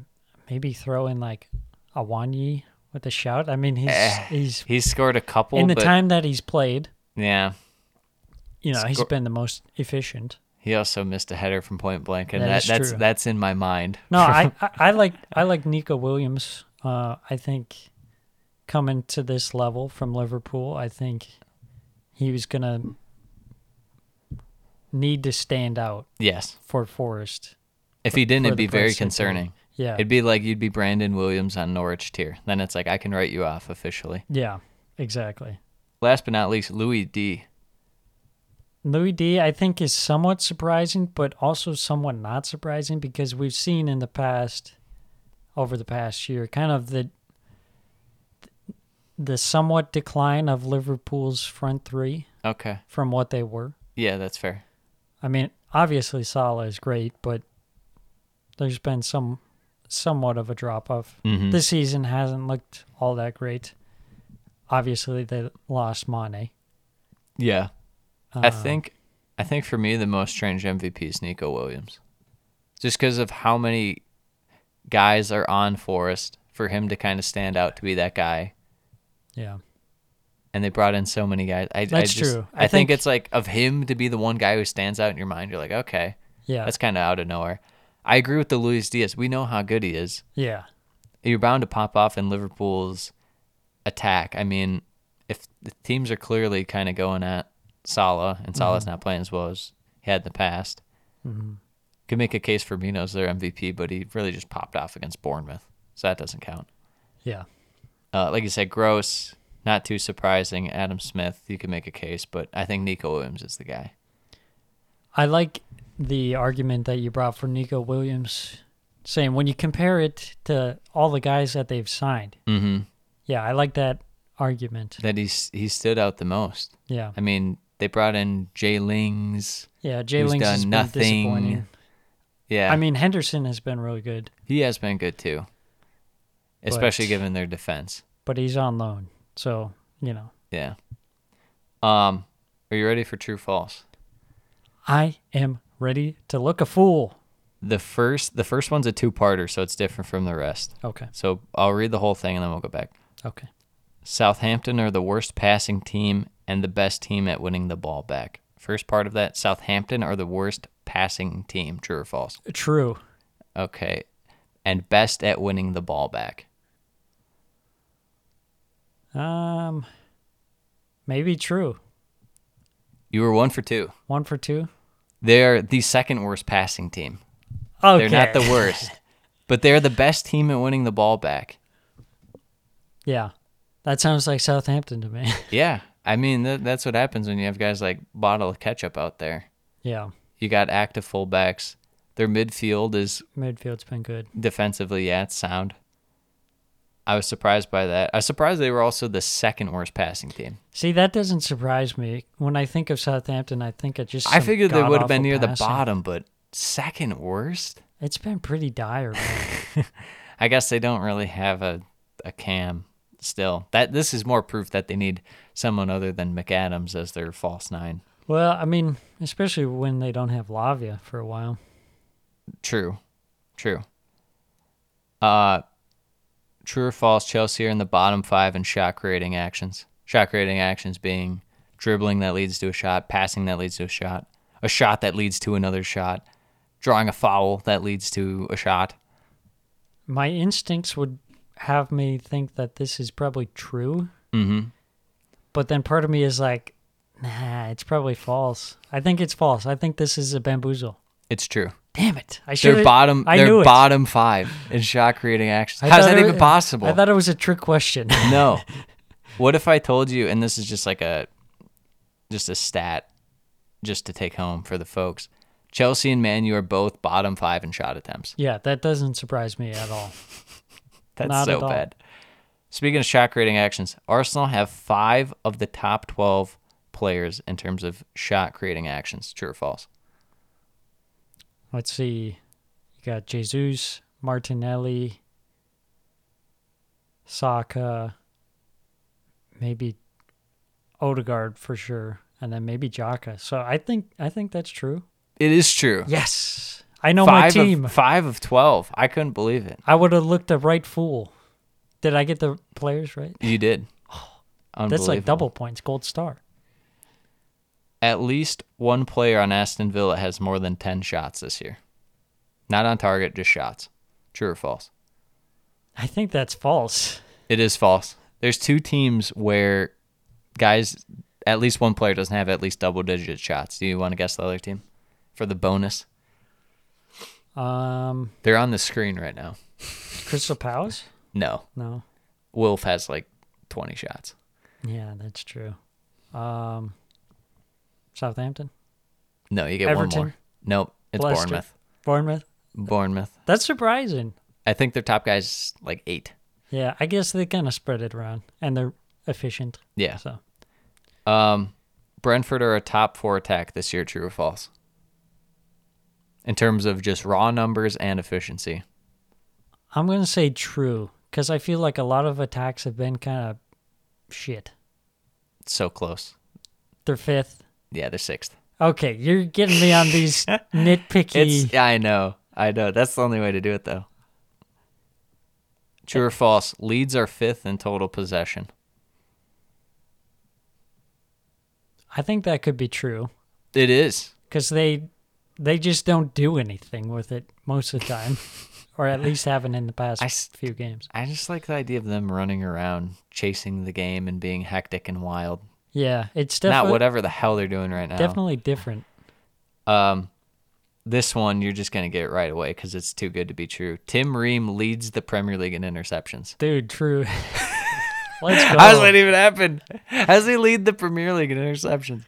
[SPEAKER 7] maybe throw in like a Wanyi with a shout. I mean, he's
[SPEAKER 1] Eh,
[SPEAKER 7] he's
[SPEAKER 1] He's scored a couple.
[SPEAKER 7] in the
[SPEAKER 1] but,
[SPEAKER 7] time that he's played,
[SPEAKER 1] yeah.
[SPEAKER 7] you know, he's
[SPEAKER 1] Score-
[SPEAKER 7] been the most efficient.
[SPEAKER 1] He also missed a header from point blank, and
[SPEAKER 7] That
[SPEAKER 1] that,
[SPEAKER 7] is
[SPEAKER 1] that's
[SPEAKER 7] true.
[SPEAKER 1] that's in my mind.
[SPEAKER 7] No, I, I, I like I like Nico Williams. Uh, I think coming to this level from Liverpool, I think he was gonna need to stand out
[SPEAKER 1] Yes,
[SPEAKER 7] for Forest.
[SPEAKER 1] if he didn't,
[SPEAKER 7] for
[SPEAKER 1] it'd
[SPEAKER 7] the
[SPEAKER 1] be very
[SPEAKER 7] first six
[SPEAKER 1] concerning.
[SPEAKER 7] Yeah,
[SPEAKER 1] It'd be like you'd be Brandon Williams on Norwich tier. Then it's like I can write you off officially.
[SPEAKER 7] yeah, exactly.
[SPEAKER 1] Last but not least, Louis D.
[SPEAKER 7] Louis D, I think, is somewhat surprising, but also somewhat not surprising because we've seen in the past, over the past year, kind of the the somewhat decline of Liverpool's front three
[SPEAKER 1] Okay,
[SPEAKER 7] from what they were.
[SPEAKER 1] yeah, that's fair.
[SPEAKER 7] I mean, obviously Salah is great, but there's been some somewhat of a drop off. This season hasn't looked all that great. Obviously, they lost Mane.
[SPEAKER 1] Yeah, I
[SPEAKER 7] Uh,
[SPEAKER 1] think I think for me the most strange MVP is Nico Williams, just because of how many guys are on Forest for him to kind of stand out to be that guy,
[SPEAKER 7] Yeah,
[SPEAKER 1] and they brought in so many guys. I, I
[SPEAKER 7] That's
[SPEAKER 1] just,
[SPEAKER 7] true.
[SPEAKER 1] I,
[SPEAKER 7] I
[SPEAKER 1] think,
[SPEAKER 7] think-
[SPEAKER 1] it's like of him to be the one guy who stands out in your mind. You're like, okay,
[SPEAKER 7] yeah,
[SPEAKER 1] that's kind of out of nowhere. I agree with the Luis Diaz. We know how good he is.
[SPEAKER 7] yeah,
[SPEAKER 1] You're bound to pop off in Liverpool's attack. I mean, if the teams are clearly kind of going at Salah and Salah's
[SPEAKER 7] Mm-hmm.
[SPEAKER 1] not playing as well as he had in the past, could make a case for Mino's their MVP, but he really just popped off against Bournemouth, so that doesn't count.
[SPEAKER 7] yeah,
[SPEAKER 1] Uh, like you said, Gross, not too surprising. Adam Smith, you could make a case, but I think Nico Williams is the guy.
[SPEAKER 7] I like the argument that you brought for Nico Williams, saying when you compare it to all the guys that they've signed. Mm-hmm. Yeah, I like that argument.
[SPEAKER 1] That he's he stood out the most.
[SPEAKER 7] Yeah,
[SPEAKER 1] I mean, they brought in Jay Lings.
[SPEAKER 7] yeah. Jay
[SPEAKER 1] he's
[SPEAKER 7] Links
[SPEAKER 1] done
[SPEAKER 7] has been
[SPEAKER 1] nothing.
[SPEAKER 7] disappointing.
[SPEAKER 1] Yeah,
[SPEAKER 7] I mean, Henderson has been really good,
[SPEAKER 1] he has been good too, especially
[SPEAKER 7] But-
[SPEAKER 1] given their defense.
[SPEAKER 7] but he's on loan, so you know.
[SPEAKER 1] Yeah. Um, are you ready for true false?
[SPEAKER 7] I am ready to look a fool.
[SPEAKER 1] The first the first one's a two parter, so it's different from the rest.
[SPEAKER 7] Okay.
[SPEAKER 1] So I'll read the whole thing and then we'll go back.
[SPEAKER 7] Okay.
[SPEAKER 1] Southampton are the worst passing team and the best team at winning the ball back. First part of that, Southampton are the worst passing team, true or false?
[SPEAKER 7] True.
[SPEAKER 1] Okay. And best at winning the ball back.
[SPEAKER 7] Um maybe true.
[SPEAKER 1] You were one for two.
[SPEAKER 7] One for two.
[SPEAKER 1] They are the second worst passing team.
[SPEAKER 7] Okay.
[SPEAKER 1] They're not the worst, but they're the best team at winning the ball back.
[SPEAKER 7] Yeah. That sounds like Southampton to me.
[SPEAKER 1] Yeah. I mean, th- that's what happens when you have guys like Bottle of Ketchup out there.
[SPEAKER 7] yeah.
[SPEAKER 1] You got active fullbacks. Their midfield is
[SPEAKER 7] Midfield's been good.
[SPEAKER 1] defensively, yeah, it's sound. I was surprised by that. I was surprised they were also the second worst passing team.
[SPEAKER 7] See, that doesn't surprise me. When I think of Southampton, I think of just
[SPEAKER 1] I
[SPEAKER 7] some
[SPEAKER 1] figured they would have been
[SPEAKER 7] god-awful
[SPEAKER 1] near the
[SPEAKER 7] passing.
[SPEAKER 1] bottom, but second worst?
[SPEAKER 7] It's been pretty dire. man.
[SPEAKER 1] I guess they don't really have a, a cam still. That this is more proof that they need someone other than McAdams as their false nine.
[SPEAKER 7] well, I mean, especially when they don't have Lavia for a while.
[SPEAKER 1] True. True. Uh true or false, Chelsea are in the bottom five in shot creating actions. Shot creating actions being dribbling that leads to a shot, passing that leads to a shot, a shot that leads to another shot, drawing a foul that leads to a shot.
[SPEAKER 7] My instincts would have me think that this is probably true.
[SPEAKER 1] Mm-hmm.
[SPEAKER 7] But then part of me is like, nah, it's probably false. I think it's false. I think this is a bamboozle.
[SPEAKER 1] It's true.
[SPEAKER 7] Damn it. I should
[SPEAKER 1] They're bottom
[SPEAKER 7] I
[SPEAKER 1] they're
[SPEAKER 7] knew it.
[SPEAKER 1] bottom five in shot creating actions.
[SPEAKER 7] I
[SPEAKER 1] How's
[SPEAKER 7] thought
[SPEAKER 1] that
[SPEAKER 7] it
[SPEAKER 1] even
[SPEAKER 7] was-
[SPEAKER 1] possible?
[SPEAKER 7] I thought it was a trick question.
[SPEAKER 1] no. What if I told you, and this is just like a just a stat just to take home for the folks. Chelsea and Man U are both bottom five in shot attempts.
[SPEAKER 7] yeah, that doesn't surprise me at all.
[SPEAKER 1] That's
[SPEAKER 7] Not
[SPEAKER 1] so
[SPEAKER 7] at all.
[SPEAKER 1] bad. Speaking of shot creating actions, Arsenal have five of the top twelve players in terms of shot creating actions. True or false?
[SPEAKER 7] Let's see. You got Jesus, Martinelli, Saka, maybe Odegaard for sure, and then maybe Jaka. So I think I think that's true.
[SPEAKER 1] It is true.
[SPEAKER 7] Yes. I know my
[SPEAKER 1] five
[SPEAKER 7] team.
[SPEAKER 1] Of, five of twelve. I couldn't believe it.
[SPEAKER 7] I would have looked a right fool. Did I get the players right?
[SPEAKER 1] You did.
[SPEAKER 7] That's like
[SPEAKER 1] Unbelievable.
[SPEAKER 7] double points, gold star.
[SPEAKER 1] At least one player on Aston Villa has more than ten shots this year. Not on target, just shots. True or false?
[SPEAKER 7] I think that's false.
[SPEAKER 1] It is false. There's two teams where guys, at least one player doesn't have at least double digit shots. Do you want to guess the other team for the bonus?
[SPEAKER 7] Um,
[SPEAKER 1] They're on the screen right now.
[SPEAKER 7] Crystal Palace?
[SPEAKER 1] No,
[SPEAKER 7] No.
[SPEAKER 1] Wilf has like 20 shots.
[SPEAKER 7] Yeah, that's true. Um, Southampton,
[SPEAKER 1] No, you get
[SPEAKER 7] Everton.
[SPEAKER 1] one more. Nope, it's
[SPEAKER 7] Leicester.
[SPEAKER 1] Bournemouth.
[SPEAKER 7] Bournemouth.
[SPEAKER 1] Bournemouth.
[SPEAKER 7] That's surprising.
[SPEAKER 1] I think their top guys is, like eight.
[SPEAKER 7] Yeah, I guess they kind of spread it around, and they're efficient.
[SPEAKER 1] Yeah.
[SPEAKER 7] So
[SPEAKER 1] Um, Brentford are a top four attack this year. True or false? In terms of just raw numbers and efficiency.
[SPEAKER 7] I'm gonna say true because I feel like a lot of attacks have been kind of shit.
[SPEAKER 1] It's so close.
[SPEAKER 7] They're fifth.
[SPEAKER 1] Yeah, they're sixth.
[SPEAKER 7] Okay, you're getting me on these nitpicky.
[SPEAKER 1] It's I know, I know. That's the only way to do it, though. True or false? Leeds are fifth in total possession.
[SPEAKER 7] I think that could be true
[SPEAKER 1] It is.
[SPEAKER 7] because they they just don't do anything with it most of the time, or at least haven't in the past
[SPEAKER 1] I s-
[SPEAKER 7] few games.
[SPEAKER 1] I just like the idea of them running around, chasing the game, and being hectic and wild.
[SPEAKER 7] Yeah, it's
[SPEAKER 1] Not
[SPEAKER 7] definitely
[SPEAKER 1] whatever the hell they're doing right now.
[SPEAKER 7] definitely different.
[SPEAKER 1] This one you're just gonna get right away because it's too good to be true. Tim Ream leads the Premier League in interceptions.
[SPEAKER 7] Dude, true. Let's go.
[SPEAKER 1] How's that even happen? How does he lead the Premier League in interceptions?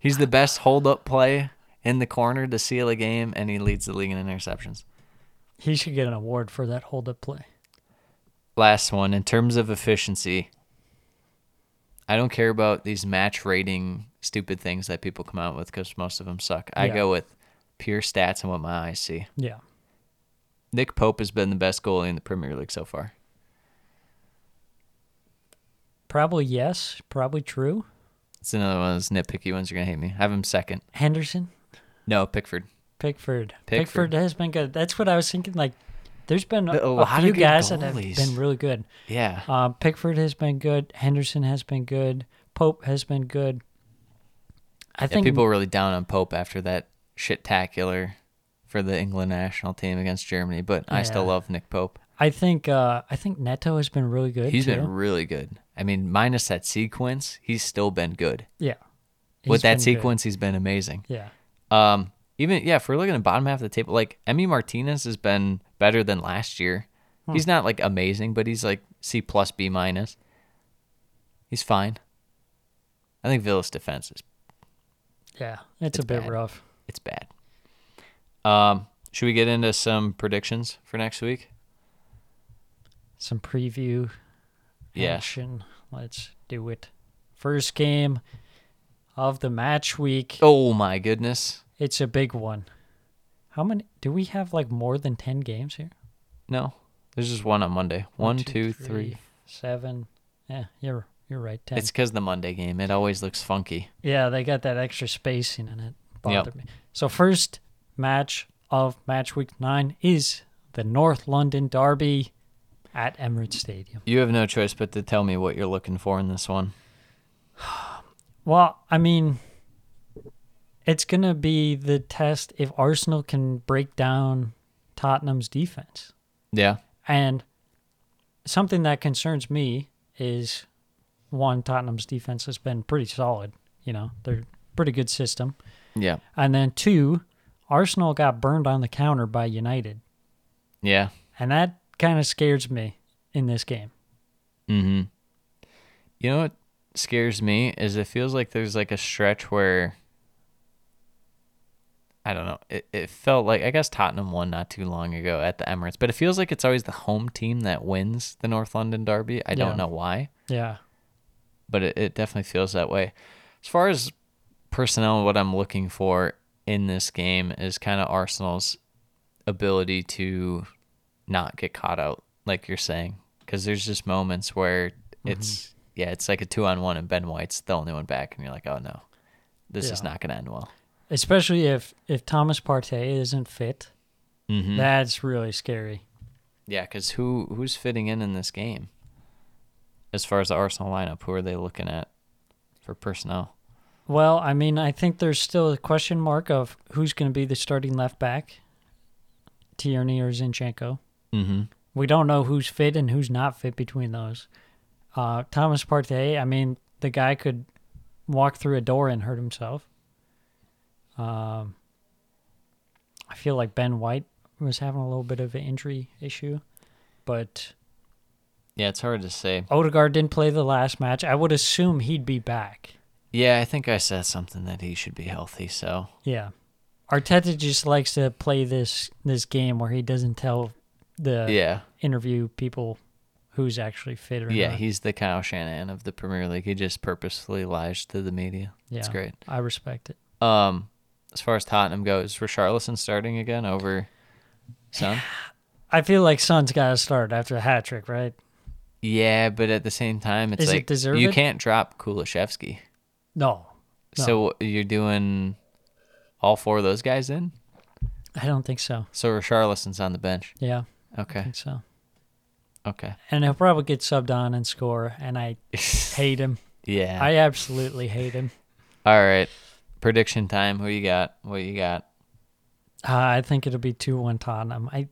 [SPEAKER 1] He's the best hold up play in the corner to seal a game, and he leads the league in interceptions.
[SPEAKER 7] he should get an award for that hold up play.
[SPEAKER 1] Last one, in terms of efficiency, I don't care about these match rating stupid things that people come out with because most of them suck. I
[SPEAKER 7] Yeah.
[SPEAKER 1] go with pure stats and what my eyes see.
[SPEAKER 7] Yeah.
[SPEAKER 1] Nick Pope has been the best goalie in the Premier League so far.
[SPEAKER 7] Probably yes, probably true.
[SPEAKER 1] It's another one of those nitpicky ones. You're gonna hate me. Have him second.
[SPEAKER 7] Henderson,
[SPEAKER 1] No, Pickford.
[SPEAKER 7] Pickford.
[SPEAKER 1] Pickford.
[SPEAKER 7] has been good. That's what I was thinking like there's been a,
[SPEAKER 1] A
[SPEAKER 7] a
[SPEAKER 1] lot of
[SPEAKER 7] few
[SPEAKER 1] oh, good
[SPEAKER 7] guys that have
[SPEAKER 1] goalies.
[SPEAKER 7] been really good.
[SPEAKER 1] Yeah.
[SPEAKER 7] Uh, Pickford has been good. Henderson has been good. Pope has been good. I
[SPEAKER 1] yeah
[SPEAKER 7] think
[SPEAKER 1] people were really down on Pope after that shit tacular for the England national team against Germany, but I still
[SPEAKER 7] Yeah.
[SPEAKER 1] love Nick Pope.
[SPEAKER 7] I think uh, I think Neto has been really good.
[SPEAKER 1] He's
[SPEAKER 7] too.
[SPEAKER 1] been really good. I mean, minus that sequence, he's still been good.
[SPEAKER 7] yeah.
[SPEAKER 1] With
[SPEAKER 7] He's been
[SPEAKER 1] that
[SPEAKER 7] good.
[SPEAKER 1] sequence, he's been amazing.
[SPEAKER 7] Yeah.
[SPEAKER 1] Um, even yeah, if we're looking at bottom half of the table, like Emmy Martinez has been better than last year.
[SPEAKER 7] Hmm.
[SPEAKER 1] He's not like amazing, but he's like C plus B minus. He's fine. I think Villa's defense is
[SPEAKER 7] Yeah. It's, a
[SPEAKER 1] It's
[SPEAKER 7] bit
[SPEAKER 1] bad.
[SPEAKER 7] rough.
[SPEAKER 1] it's bad. Um, should we get into some predictions for next week?
[SPEAKER 7] Some preview
[SPEAKER 1] Yeah.
[SPEAKER 7] action. Let's do it. First game of the match week.
[SPEAKER 1] Oh my goodness.
[SPEAKER 7] It's a big one. How many do we have like more than 10 games here?
[SPEAKER 1] No. There's just one on Monday. One, two, three.
[SPEAKER 7] seven. Yeah, you're you're right. 10.
[SPEAKER 1] It's because the Monday game. It always looks funky.
[SPEAKER 7] yeah, they got that extra spacing in it. Bothered me. So first match of match week 9 is the North London derby at Emirates Stadium.
[SPEAKER 1] You have no choice but to tell me what you're looking for in this one.
[SPEAKER 7] Well, I mean it's going to be the test if Arsenal can break down Tottenham's defense.
[SPEAKER 1] Yeah.
[SPEAKER 7] And something that concerns me is one, Tottenham's defense has been pretty solid. You know, they're pretty good system.
[SPEAKER 1] Yeah.
[SPEAKER 7] And then two, Arsenal got burned on the counter by United.
[SPEAKER 1] Yeah.
[SPEAKER 7] And that kind of scares me in this game.
[SPEAKER 1] You know what scares me is it feels like there's like a stretch where I don't know. It, it felt like I guess Tottenham won not too long ago at the Emirates, but it feels like it's always the home team that wins the North London derby. I
[SPEAKER 7] Yeah.
[SPEAKER 1] don't know why,
[SPEAKER 7] Yeah.
[SPEAKER 1] but it, it definitely feels that way. As far as personnel, what I'm looking for in this game is kind of Arsenal's ability to not get caught out, like you're saying, because there's just moments where it's yeah, it's like a two on one, and Ben White's the only one back, and you're like, oh no, this is
[SPEAKER 7] Yeah.
[SPEAKER 1] not going to end well.
[SPEAKER 7] especially if if Thomas Partey isn't fit.
[SPEAKER 1] Mm.
[SPEAKER 7] That's really scary.
[SPEAKER 1] Mm-hmm. Yeah, because who who's fitting in in this game? As far as the Arsenal lineup, who are they looking at for personnel?
[SPEAKER 7] Well, I mean, I think there's still a question mark of who's going to be the starting left back, Tierney or Zinchenko.
[SPEAKER 1] Mm-hmm.
[SPEAKER 7] We don't know who's fit and who's not fit between those. Uh, Thomas Partey, I mean, the guy could walk through a door and hurt himself. Um, I feel like Ben White was having a little bit of an injury issue, but
[SPEAKER 1] Yeah, it's hard to say.
[SPEAKER 7] Odegaard didn't play the last match. I would assume he'd be back.
[SPEAKER 1] Yeah, I think I said something that he should be healthy. So
[SPEAKER 7] Yeah. Arteta just likes to play this this game where he doesn't tell the
[SPEAKER 1] yeah,
[SPEAKER 7] interview people who's actually fit or
[SPEAKER 1] yeah,
[SPEAKER 7] not.
[SPEAKER 1] he's the Kyle Shanahan of the Premier League. He just purposefully lies to the media.
[SPEAKER 7] yeah,
[SPEAKER 1] it's great.
[SPEAKER 7] I respect it.
[SPEAKER 1] Um, as far as Tottenham goes, Richarlison starting again over Son.
[SPEAKER 7] I feel like Son's got to start after a hat trick, right?
[SPEAKER 1] Yeah, but at the same time, it's
[SPEAKER 7] Is it
[SPEAKER 1] like
[SPEAKER 7] deserved?
[SPEAKER 1] you can't drop Kulishevsky.
[SPEAKER 7] No, No.
[SPEAKER 1] So you're doing all four of those guys in.
[SPEAKER 7] I don't think so.
[SPEAKER 1] So Richarlison's on the bench.
[SPEAKER 7] Yeah, I
[SPEAKER 1] Okay.
[SPEAKER 7] think so.
[SPEAKER 1] Okay.
[SPEAKER 7] And he'll probably get subbed on and score. And I hate him.
[SPEAKER 1] Yeah.
[SPEAKER 7] I absolutely hate him.
[SPEAKER 1] all right. Prediction time. Who you got? What you got?
[SPEAKER 7] Uh, I think it'll be two one Tottenham. I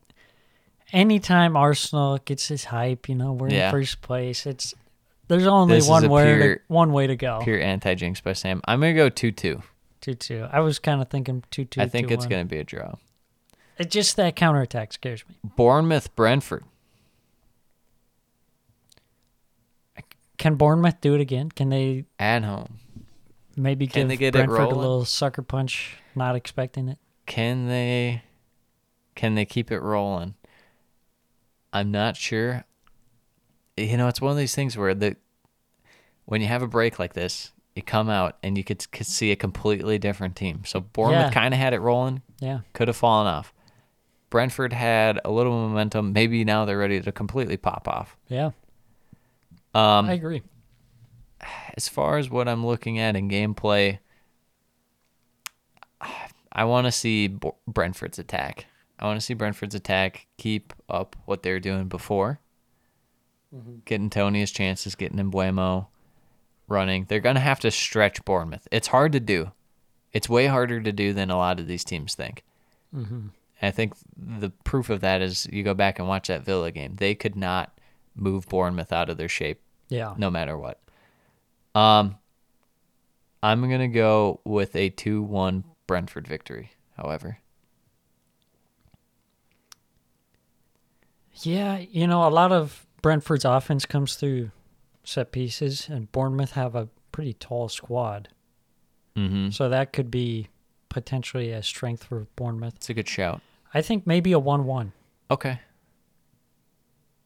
[SPEAKER 7] anytime Arsenal gets his hype, you know, we're
[SPEAKER 1] Yeah.
[SPEAKER 7] in first place. It's there's only
[SPEAKER 1] This is
[SPEAKER 7] one
[SPEAKER 1] a
[SPEAKER 7] word,
[SPEAKER 1] pure-
[SPEAKER 7] one way to go.
[SPEAKER 1] Pure anti jinx by Sam. I'm gonna go two two.
[SPEAKER 7] Two two. I was kind of thinking two two.
[SPEAKER 1] I think it's
[SPEAKER 7] 2-1.
[SPEAKER 1] gonna be a draw.
[SPEAKER 7] It's just that counterattack scares me.
[SPEAKER 1] Bournemouth Brentford.
[SPEAKER 7] Can Bournemouth do it again? Can they
[SPEAKER 1] At home.
[SPEAKER 7] maybe
[SPEAKER 1] Can
[SPEAKER 7] give
[SPEAKER 1] they get it
[SPEAKER 7] Brentford a
[SPEAKER 1] rolling?
[SPEAKER 7] little sucker punch? Not expecting it.
[SPEAKER 1] Can they can they keep it rolling? I'm not sure. You know, it's one of these things where the when you have a break like this, you come out and you could, could see a completely different team. So Bournemouth
[SPEAKER 7] Yeah.
[SPEAKER 1] kind of had it rolling,
[SPEAKER 7] Yeah,
[SPEAKER 1] could have fallen off. Brentford had a little momentum. Maybe now they're ready to completely pop off.
[SPEAKER 7] yeah.
[SPEAKER 1] Um,
[SPEAKER 7] I agree.
[SPEAKER 1] As far as what I'm looking at in gameplay, I want to see Bo- Brentford's attack. I want to see Brentford's attack keep up what they were doing before. Getting Tony his chances, getting Embuemo running. They're going to have to stretch Bournemouth. It's hard to do. It's way harder to do than a lot of these teams think. And I think the proof of that is you go back and watch that Villa game. They could not move Bournemouth out of their shape
[SPEAKER 7] Yeah.
[SPEAKER 1] no matter what. Um, I'm gonna go with a two-one Brentford victory. However,
[SPEAKER 7] Yeah, you know, a lot of Brentford's offense comes through set pieces, and Bournemouth have a pretty tall squad.
[SPEAKER 1] Mhm.
[SPEAKER 7] So that could be potentially a strength for Bournemouth.
[SPEAKER 1] it's a good shout.
[SPEAKER 7] I think maybe a 1 1.
[SPEAKER 1] Okay.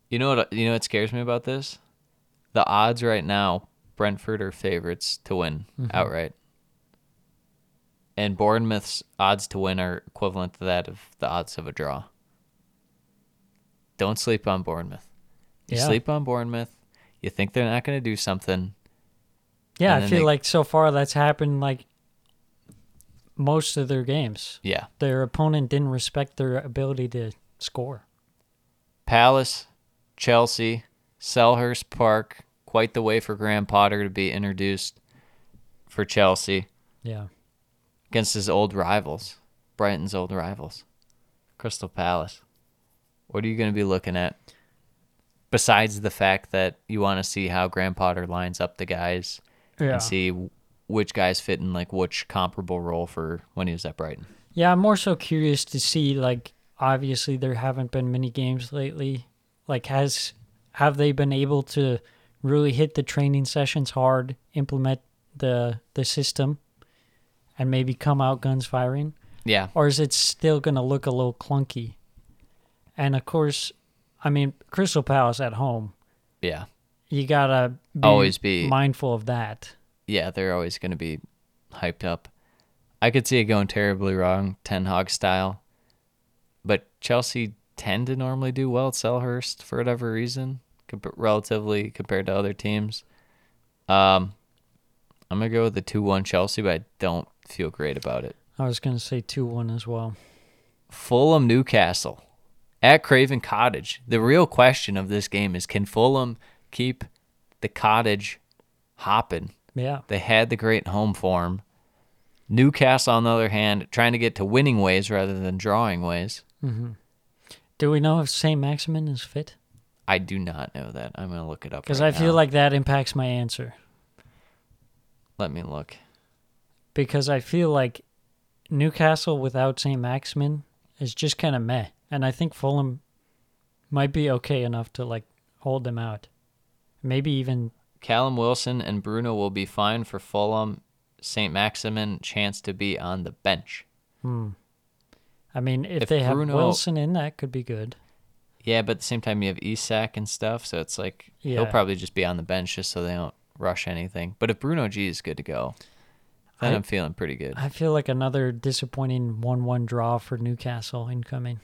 [SPEAKER 1] You know what? uh, You know what scares me about this? The odds right now, Brentford are favorites to win outright, and Bournemouth's odds to win are equivalent to that of the odds of a draw. Don't sleep on Bournemouth. You
[SPEAKER 7] Yeah.
[SPEAKER 1] sleep on Bournemouth. You think they're not going to do something.
[SPEAKER 7] Yeah,
[SPEAKER 1] And
[SPEAKER 7] I
[SPEAKER 1] then
[SPEAKER 7] feel
[SPEAKER 1] they-
[SPEAKER 7] like so far that's happened like most of their games.
[SPEAKER 1] Yeah.
[SPEAKER 7] Their opponent didn't respect their ability to score.
[SPEAKER 1] Palace, Chelsea, Selhurst Park. Quite the way for Graham Potter to be introduced for Chelsea
[SPEAKER 7] Yeah.
[SPEAKER 1] against his old rivals, Brighton's old rivals, Crystal Palace. What are you going to be looking at? Besides the fact that you want to see how Graham Potter lines up the guys
[SPEAKER 7] Yeah.
[SPEAKER 1] and see w- which guys fit in like which comparable role for when he was at Brighton.
[SPEAKER 7] Yeah, I'm more so curious to see like obviously there haven't been many games lately. Like has have they been able to really hit the training sessions hard, implement the the system and maybe come out guns firing
[SPEAKER 1] Yeah,
[SPEAKER 7] or is it still going to look a little clunky? And of course, I mean Crystal Palace at home,
[SPEAKER 1] yeah,
[SPEAKER 7] you got to
[SPEAKER 1] Always be-
[SPEAKER 7] mindful of that.
[SPEAKER 1] yeah. They're always going to be hyped up. I could see it going terribly wrong, Ten Hog style. But Chelsea tend to normally do well at Selhurst for whatever reason, comp- relatively compared to other teams. Um, I'm gonna go with the two-one Chelsea, but I don't feel great about it.
[SPEAKER 7] I was going to say 2 1 as well.
[SPEAKER 1] Fulham Newcastle at Craven Cottage. The real question of this game is can Fulham keep the cottage hopping?
[SPEAKER 7] Yeah.
[SPEAKER 1] They had the great home form. Newcastle, on the other hand, trying to get to winning ways rather than drawing ways.
[SPEAKER 7] Do we know if St. Maximin is fit?
[SPEAKER 1] I do not know that. I'm going to look it up.
[SPEAKER 7] Because
[SPEAKER 1] right
[SPEAKER 7] I feel
[SPEAKER 1] now.
[SPEAKER 7] like that impacts my answer.
[SPEAKER 1] Let me look.
[SPEAKER 7] Because I feel like Newcastle without St. Maximin is just kind of meh. And I think Fulham might be okay enough to like hold them out. Maybe even
[SPEAKER 1] Callum Wilson and Bruno will be fine for Fulham. St. Maximin chance to be on the bench.
[SPEAKER 7] I mean, if,
[SPEAKER 1] If
[SPEAKER 7] they have
[SPEAKER 1] Bruno-
[SPEAKER 7] Wilson in, that could be good.
[SPEAKER 1] Yeah, but at the same time, you have Isak and stuff, so it's like he'll
[SPEAKER 7] Yeah.
[SPEAKER 1] probably just be on the bench just so they don't rush anything. But if Bruno G is good to go, then
[SPEAKER 7] I-
[SPEAKER 1] I, am feeling pretty good.
[SPEAKER 7] I feel like another disappointing one-one draw for Newcastle incoming.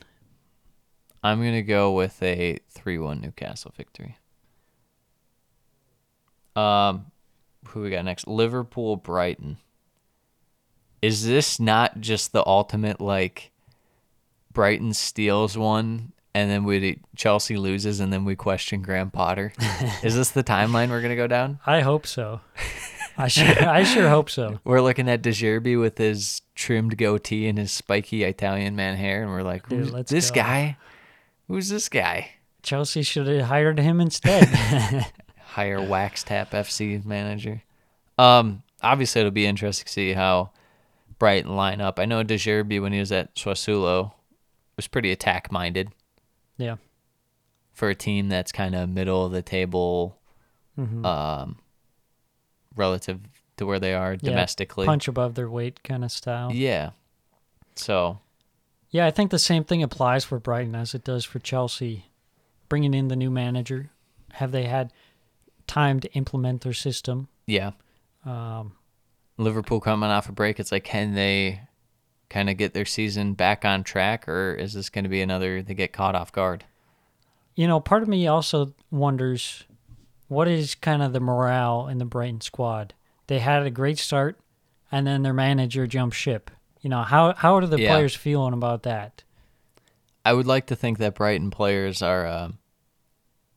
[SPEAKER 1] I'm going to go with a 3 1 Newcastle victory. Um, who we got next? Liverpool Brighton. Is this not just the ultimate like Brighton steals one and then we Chelsea loses and then we question Graham Potter? Is this the timeline we're going to go down?
[SPEAKER 7] I hope so. I sure, I sure hope so.
[SPEAKER 1] We're looking at Dejerby with his trimmed goatee and his spiky Italian man hair, and we're like,
[SPEAKER 7] Dude,
[SPEAKER 1] "Who's
[SPEAKER 7] let's
[SPEAKER 1] this
[SPEAKER 7] go."
[SPEAKER 1] guy? Who's this guy?"
[SPEAKER 7] Chelsea should have hired him instead.
[SPEAKER 1] Hire Wax Tap FC manager. Um, obviously, it'll be interesting to see how Brighton line up. I know Dejerby when he was at Swasulo was pretty attack minded
[SPEAKER 7] yeah,
[SPEAKER 1] for a team that's kind of middle of the table,
[SPEAKER 7] Mm-hmm.
[SPEAKER 1] um, relative to where they are
[SPEAKER 7] Yeah,
[SPEAKER 1] domestically.
[SPEAKER 7] punch above their weight kind of style.
[SPEAKER 1] Yeah. So
[SPEAKER 7] Yeah, I think the same thing applies for Brighton as it does for Chelsea. Bringing in the new manager, have they had time to implement their system?
[SPEAKER 1] Yeah. Um, Liverpool coming off a break. It's like, can they kind of get their season back on track, or is this going to be another they get caught off guard?
[SPEAKER 7] you know, part of me also wonders what is kind of the morale in the Brighton squad. They had a great start, and then their manager jumped ship. You know, how how are the
[SPEAKER 1] Yeah.
[SPEAKER 7] players feeling about that?
[SPEAKER 1] I would like to think that Brighton players are. Um,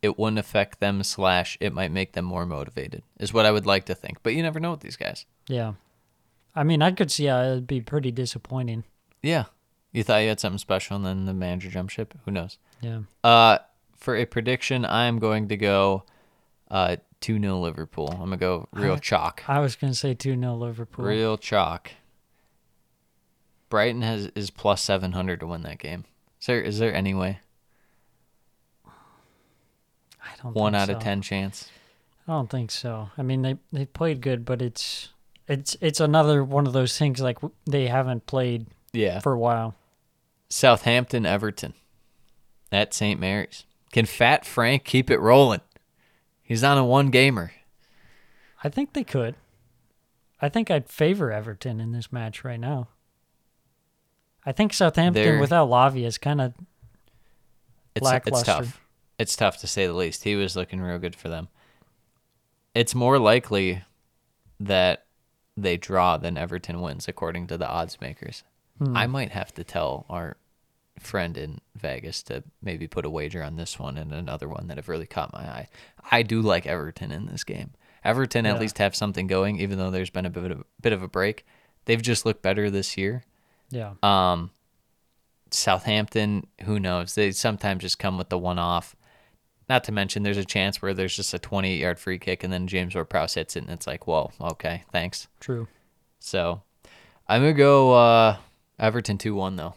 [SPEAKER 1] it wouldn't affect them. Slash, it might make them more motivated. Is what I would like to think. But you never know with these guys.
[SPEAKER 7] Yeah, I mean, I could see how it'd be pretty disappointing.
[SPEAKER 1] Yeah. You thought you had something special, and then the manager jump ship. Who knows?
[SPEAKER 7] Yeah,
[SPEAKER 1] Uh, for a prediction, I'm going to go uh, 2 0 Liverpool. I'm going to go real chalk.
[SPEAKER 7] I was gonna say two 0 Liverpool.
[SPEAKER 1] Real chalk. Brighton has is plus seven hundred to win that game. Is there is there any way?
[SPEAKER 7] I don't
[SPEAKER 1] One
[SPEAKER 7] think
[SPEAKER 1] out of
[SPEAKER 7] so.
[SPEAKER 1] ten chance.
[SPEAKER 7] I don't think so. I mean, they they played good, but it's it's it's another one of those things like w- they haven't played
[SPEAKER 1] Yeah.
[SPEAKER 7] for a while.
[SPEAKER 1] Southampton Everton. At St. Mary's. Can Fat Frank keep it rolling? He's on a one gamer.
[SPEAKER 7] I think they could. I think I'd favor Everton in this match right now. I think Southampton
[SPEAKER 1] They're-
[SPEAKER 7] without Lavia is kind of
[SPEAKER 1] It's it's
[SPEAKER 7] Lackluster.
[SPEAKER 1] tough. It's tough to say the least. He was looking real good for them. It's more likely that they draw than Everton wins, according to the odds makers. I might have to tell our friend in Vegas to maybe put a wager on this one and another one that have really caught my eye. I do like Everton in this game. Everton at least have something going, even though there's been a bit of, bit of a break. They've just looked better this year.
[SPEAKER 7] yeah.
[SPEAKER 1] Uh, Southampton, who knows? They sometimes just come with the one off. Not to mention, there's a chance where there's just a 28 yard free kick, and then James Ward Prowse hits it, and it's like, whoa, okay, thanks.
[SPEAKER 7] true.
[SPEAKER 1] So I'm going to go uh, Everton 2 1, though.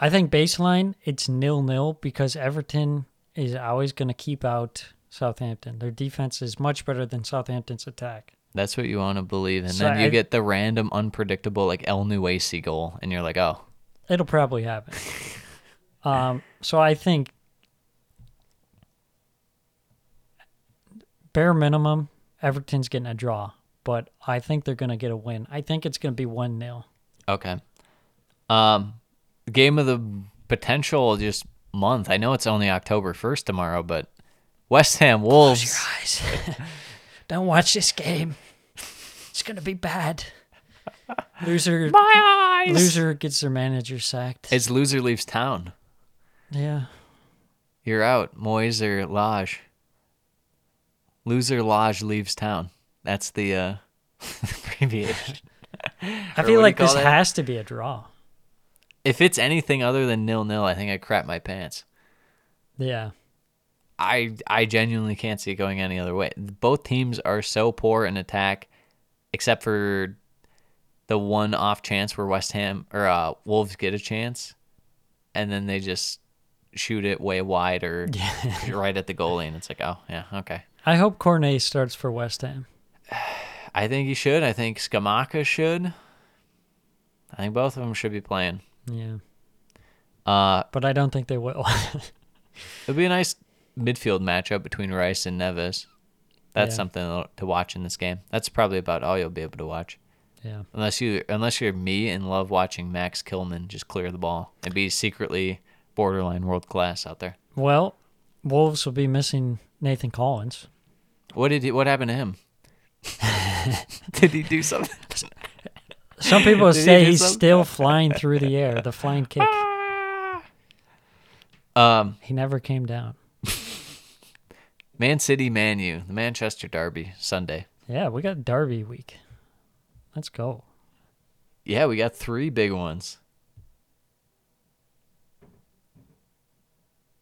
[SPEAKER 7] I think baseline it's nil nil because Everton is always going to keep out Southampton. Their defense is much better than Southampton's attack.
[SPEAKER 1] That's what you want to believe. And
[SPEAKER 7] So
[SPEAKER 1] then you
[SPEAKER 7] I-
[SPEAKER 1] get the random, unpredictable, like El Nuesi goal, and you're like, oh,
[SPEAKER 7] It'll probably happen. um, so I think bare minimum, Everton's getting a draw, but I think they're going to get a win. I think it's going to be 1 0.
[SPEAKER 1] okay. Um, game of the potential just month. I know it's only October 1st tomorrow, but West Ham Wolves.
[SPEAKER 7] Guys, don't watch this game. It's going to be bad. Loser,
[SPEAKER 1] My
[SPEAKER 7] loser gets their manager sacked.
[SPEAKER 1] It's loser leaves town.
[SPEAKER 7] yeah,
[SPEAKER 1] You're out, Moyes or Lodge. Loser Lodge leaves town. That's the uh, abbreviation.
[SPEAKER 7] I
[SPEAKER 1] Or what do
[SPEAKER 7] feel like
[SPEAKER 1] you call
[SPEAKER 7] this
[SPEAKER 1] that?
[SPEAKER 7] has to be a draw.
[SPEAKER 1] If it's anything other than nil nil, I think I crap my pants.
[SPEAKER 7] Yeah,
[SPEAKER 1] I I genuinely can't see it going any other way. Both teams are so poor in attack, except for the one off chance where West Ham or uh, Wolves get a chance, and then they just shoot it way wide or right at the goalie, and it's like, oh yeah, okay.
[SPEAKER 7] I hope Cornet starts for West Ham.
[SPEAKER 1] I think he should. I think Skamaka should. I think both of them should be playing.
[SPEAKER 7] Yeah,
[SPEAKER 1] Uh,
[SPEAKER 7] but I don't think they will.
[SPEAKER 1] It'd be a nice midfield matchup between Rice and Neves. That's
[SPEAKER 7] Yeah.
[SPEAKER 1] something to watch in this game. That's probably about all you'll be able to watch,
[SPEAKER 7] yeah,
[SPEAKER 1] unless you unless you're me and love watching Max Kilman just clear the ball and be secretly borderline world class out there.
[SPEAKER 7] well, Wolves will be missing Nathan Collins.
[SPEAKER 1] What did he, what happened to him? did he do something?
[SPEAKER 7] Some people
[SPEAKER 1] he
[SPEAKER 7] say
[SPEAKER 1] do
[SPEAKER 7] he's
[SPEAKER 1] something?
[SPEAKER 7] still flying through the air, the flying kick.
[SPEAKER 1] Um,
[SPEAKER 7] He never came down.
[SPEAKER 1] Man City, Man U, the Manchester Derby Sunday.
[SPEAKER 7] Yeah, we got Derby week. Let's go.
[SPEAKER 1] Yeah, we got three big ones.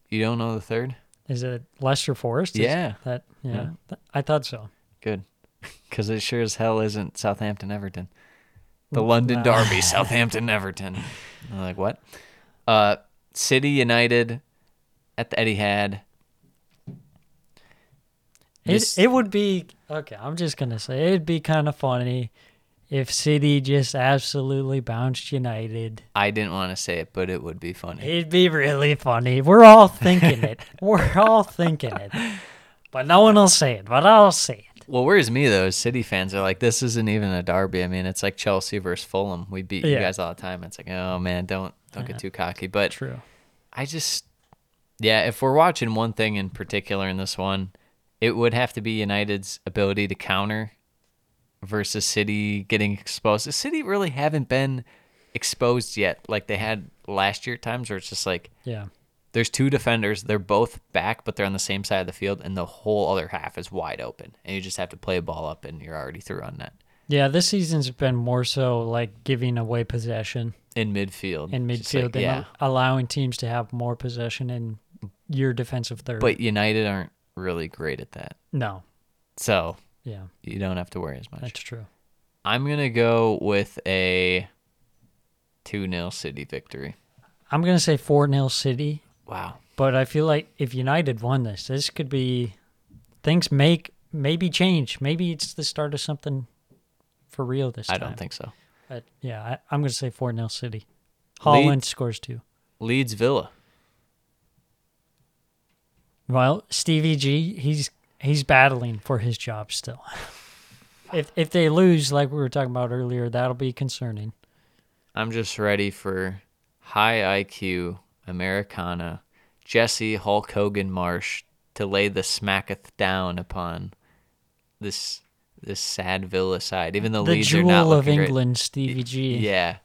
[SPEAKER 1] You don't know the third?
[SPEAKER 7] Is it Leicester Forest? Is
[SPEAKER 1] Yeah.
[SPEAKER 7] that yeah. Th- I thought so.
[SPEAKER 1] Good. Because it sure as hell isn't Southampton Everton. The London Derby, Southampton Everton. I'm like, what? Uh, City United at the Etihad. This-
[SPEAKER 7] It it would be okay. I'm just gonna say it'd be kind of funny if City just absolutely bounced United.
[SPEAKER 1] I didn't want to say it, but it would be funny.
[SPEAKER 7] It'd be really funny. We're all thinking it. We're all thinking it. But no one will say it. But I'll say it.
[SPEAKER 1] What worries me, though, is City fans are like, this isn't even a derby. I mean, it's like Chelsea versus Fulham. We beat you
[SPEAKER 7] Yeah.
[SPEAKER 1] guys all the time. It's like, oh, man, don't don't get too cocky. But
[SPEAKER 7] True.
[SPEAKER 1] I just, yeah, if we're watching one thing in particular in this one, it would have to be United's ability to counter versus City getting exposed. The City really haven't been exposed yet, like they had last year at times, where it's just like
[SPEAKER 7] Yeah.
[SPEAKER 1] there's two defenders, they're both back, but they're on the same side of the field, and the whole other half is wide open, and you just have to play a ball up, and you're already through on net
[SPEAKER 7] Yeah. This season's been more so like giving away possession.
[SPEAKER 1] in midfield.
[SPEAKER 7] in
[SPEAKER 1] Just
[SPEAKER 7] midfield
[SPEAKER 1] like,
[SPEAKER 7] and al- allowing teams to have more possession in your defensive third.
[SPEAKER 1] but United aren't really great at that,
[SPEAKER 7] no,
[SPEAKER 1] so
[SPEAKER 7] yeah,
[SPEAKER 1] you don't have to worry as much.
[SPEAKER 7] that's true.
[SPEAKER 1] I'm going to go with a 2 0 City victory.
[SPEAKER 7] I'm gonna say four 0 City,
[SPEAKER 1] Wow.
[SPEAKER 7] but I feel like if United won this, this could be things make maybe change. Maybe it's the start of something for real this
[SPEAKER 1] I
[SPEAKER 7] time.
[SPEAKER 1] don't think so.
[SPEAKER 7] But yeah, I, I'm gonna say four 0 City. Holland scores two.
[SPEAKER 1] Leeds Villa.
[SPEAKER 7] Well, Stevie G, he's he's battling for his job still. if if they lose, like we were talking about earlier, that'll be concerning.
[SPEAKER 1] I'm just ready for high IQ Americana Jesse Hulk Hogan Marsh to lay the smacketh down upon this this sad Villa side. Even though
[SPEAKER 7] the
[SPEAKER 1] Leeds are not
[SPEAKER 7] jewel of
[SPEAKER 1] looking great.
[SPEAKER 7] England, Stevie G.
[SPEAKER 1] Yeah.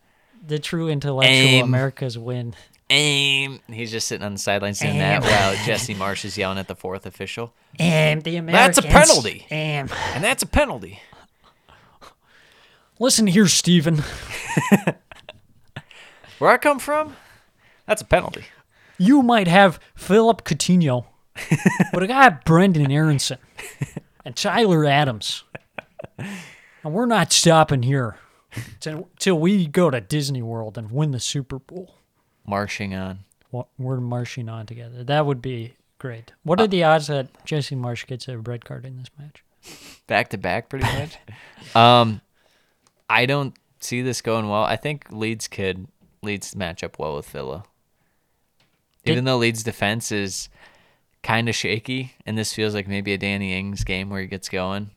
[SPEAKER 7] The true intellectual
[SPEAKER 1] Aim.
[SPEAKER 7] America's win.
[SPEAKER 1] Aim. He's just sitting on the sidelines doing that while Jesse Marsh is yelling at the fourth official.
[SPEAKER 7] And the
[SPEAKER 1] That's
[SPEAKER 7] Americans.
[SPEAKER 1] a penalty.
[SPEAKER 7] Aim.
[SPEAKER 1] And that's a penalty.
[SPEAKER 7] Listen here, Stephen.
[SPEAKER 1] Where I come from, that's a penalty.
[SPEAKER 7] You might have Philip Coutinho, but I got Brendan Aronson and Tyler Adams. And we're not stopping here till, till we go to Disney World and win the Super Bowl.
[SPEAKER 1] marching on.
[SPEAKER 7] Wha- We're marching on together. That would be great. What are
[SPEAKER 1] Uh,
[SPEAKER 7] the odds that Jesse Marsh gets a red card in this match?
[SPEAKER 1] Back to back pretty much. um I don't see this going well. I think Leeds could Leeds match up well with Villa. Even though Leeds defense is kind of shaky and this feels like maybe a Danny Ings game where he gets going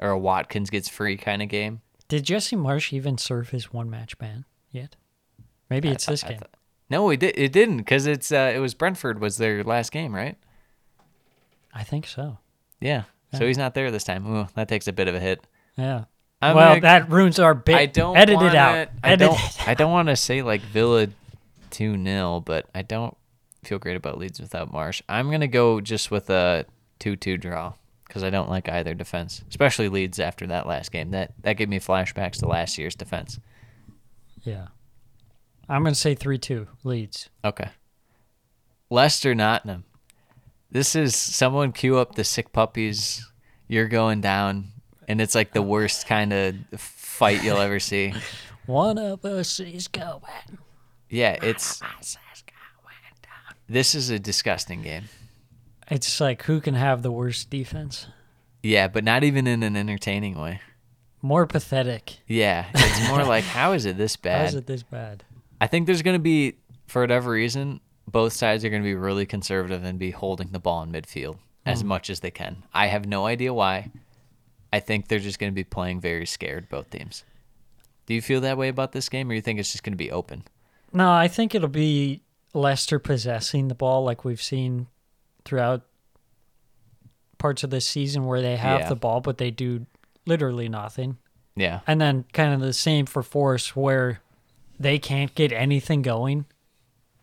[SPEAKER 1] or a Watkins gets free kind of game.
[SPEAKER 7] Did Jesse Marsh even serve his one match ban yet? Maybe it's this game.
[SPEAKER 1] No, it did, it didn't cuz it's uh, it was Brentford was their last game, right?
[SPEAKER 7] I think so.
[SPEAKER 1] Yeah. So he's not there this time. Ooh, that takes a bit of a hit.
[SPEAKER 7] Yeah.
[SPEAKER 1] I'm
[SPEAKER 7] well,
[SPEAKER 1] gonna-
[SPEAKER 7] that ruins our bit.
[SPEAKER 1] I don't
[SPEAKER 7] edit
[SPEAKER 1] wanna,
[SPEAKER 7] it out.
[SPEAKER 1] I
[SPEAKER 7] edit.
[SPEAKER 1] don't. I don't want to say like Villa two 0 but I don't feel great about Leeds without Marsh. I'm gonna go just with a two two draw because I don't like either defense, especially Leeds after that last game. That that gave me flashbacks to last year's defense.
[SPEAKER 7] Yeah, I'm gonna say three two leads.
[SPEAKER 1] Okay. Leicester Nottingham. This is someone cue up the sick puppies. You're going down, and it's like the worst kind of fight you'll ever see.
[SPEAKER 7] One of us is going.
[SPEAKER 1] Yeah, it's.
[SPEAKER 7] Ah,
[SPEAKER 1] This is a disgusting game.
[SPEAKER 7] It's like who can have the worst defense?
[SPEAKER 1] Yeah, but not even in an entertaining way.
[SPEAKER 7] More pathetic.
[SPEAKER 1] Yeah, it's more like how is it this
[SPEAKER 7] How
[SPEAKER 1] bad?
[SPEAKER 7] is it this bad?
[SPEAKER 1] I think there's going to be for whatever reason both sides are going to be really conservative and be holding the ball in midfield
[SPEAKER 7] Mm-hmm.
[SPEAKER 1] as much as they can. I have no idea why. I think they're just going to be playing very scared both teams. Do you feel that way about this game or you think it's just going to be open?
[SPEAKER 7] No, I think it'll be Leicester possessing the ball like we've seen throughout parts of this season where they have
[SPEAKER 1] Yeah.
[SPEAKER 7] the ball but they do literally nothing.
[SPEAKER 1] Yeah.
[SPEAKER 7] And then kind of the same for Force where they can't get anything going.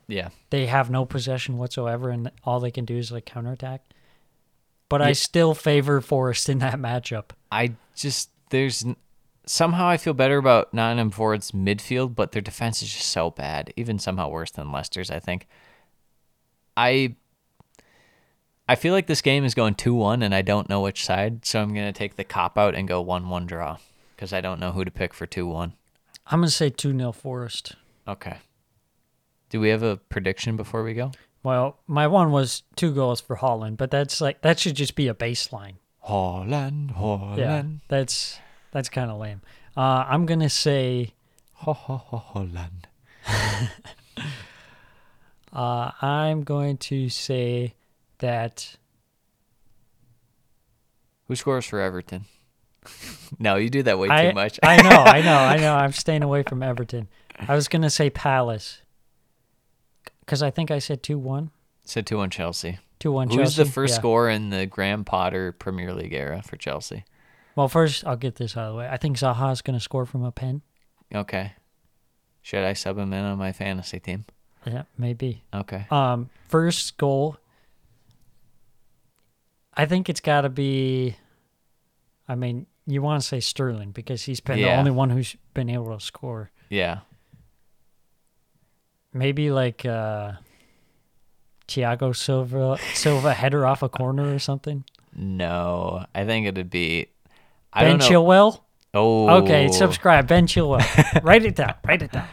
[SPEAKER 1] Yeah.
[SPEAKER 7] They have no possession whatsoever and all they can do is like counterattack. But I still favor Forest in that matchup.
[SPEAKER 1] I just there's n- somehow I feel better about Nottingham Forest's midfield, but their defense is just so bad, even somehow worse than Leicester's. I think. I. I feel like this game is going two one, and I don't know which side, so I'm gonna take the cop out and go one one draw because I don't know who to pick for two one.
[SPEAKER 7] I'm going to say 2 0 Forest.
[SPEAKER 1] Okay. Do we have a prediction before we go?
[SPEAKER 7] Well, my one was two goals for Holland, but that's like that should just be a baseline.
[SPEAKER 1] Holland, Holland,
[SPEAKER 7] Yeah, that's that's kind of lame. Uh, I'm gonna say
[SPEAKER 1] ho ho ho Holland.
[SPEAKER 7] uh, I'm going to say that
[SPEAKER 1] Who scores for Everton? no, you do that way
[SPEAKER 7] I
[SPEAKER 1] too much.
[SPEAKER 7] I know, I know, I know. I'm staying away from Everton. I was gonna say Palace because I think I said two one,
[SPEAKER 1] Said two one Chelsea.
[SPEAKER 7] two one.
[SPEAKER 1] Who's the
[SPEAKER 7] Chelsea.
[SPEAKER 1] first
[SPEAKER 7] Yeah.
[SPEAKER 1] scorer in the Graham Potter Premier League era for Chelsea?
[SPEAKER 7] Well, first I'll get this out of the way. I think Zaha's gonna score from a pen.
[SPEAKER 1] Okay. Should I sub him in on my fantasy team?
[SPEAKER 7] Yeah, maybe.
[SPEAKER 1] Okay.
[SPEAKER 7] Um, first goal. I think it's got to be. I mean, you want to say Sterling because he's been the
[SPEAKER 1] Yeah.
[SPEAKER 7] only one who's been able to score.
[SPEAKER 1] Yeah.
[SPEAKER 7] Maybe like uh, Thiago Silva Silva header off a corner or something.
[SPEAKER 1] No, I think it'd be. I
[SPEAKER 7] ben
[SPEAKER 1] don't know.
[SPEAKER 7] Chilwell.
[SPEAKER 1] oh.
[SPEAKER 7] Okay, subscribe. Ben Chilwell. Write it down. Write it down.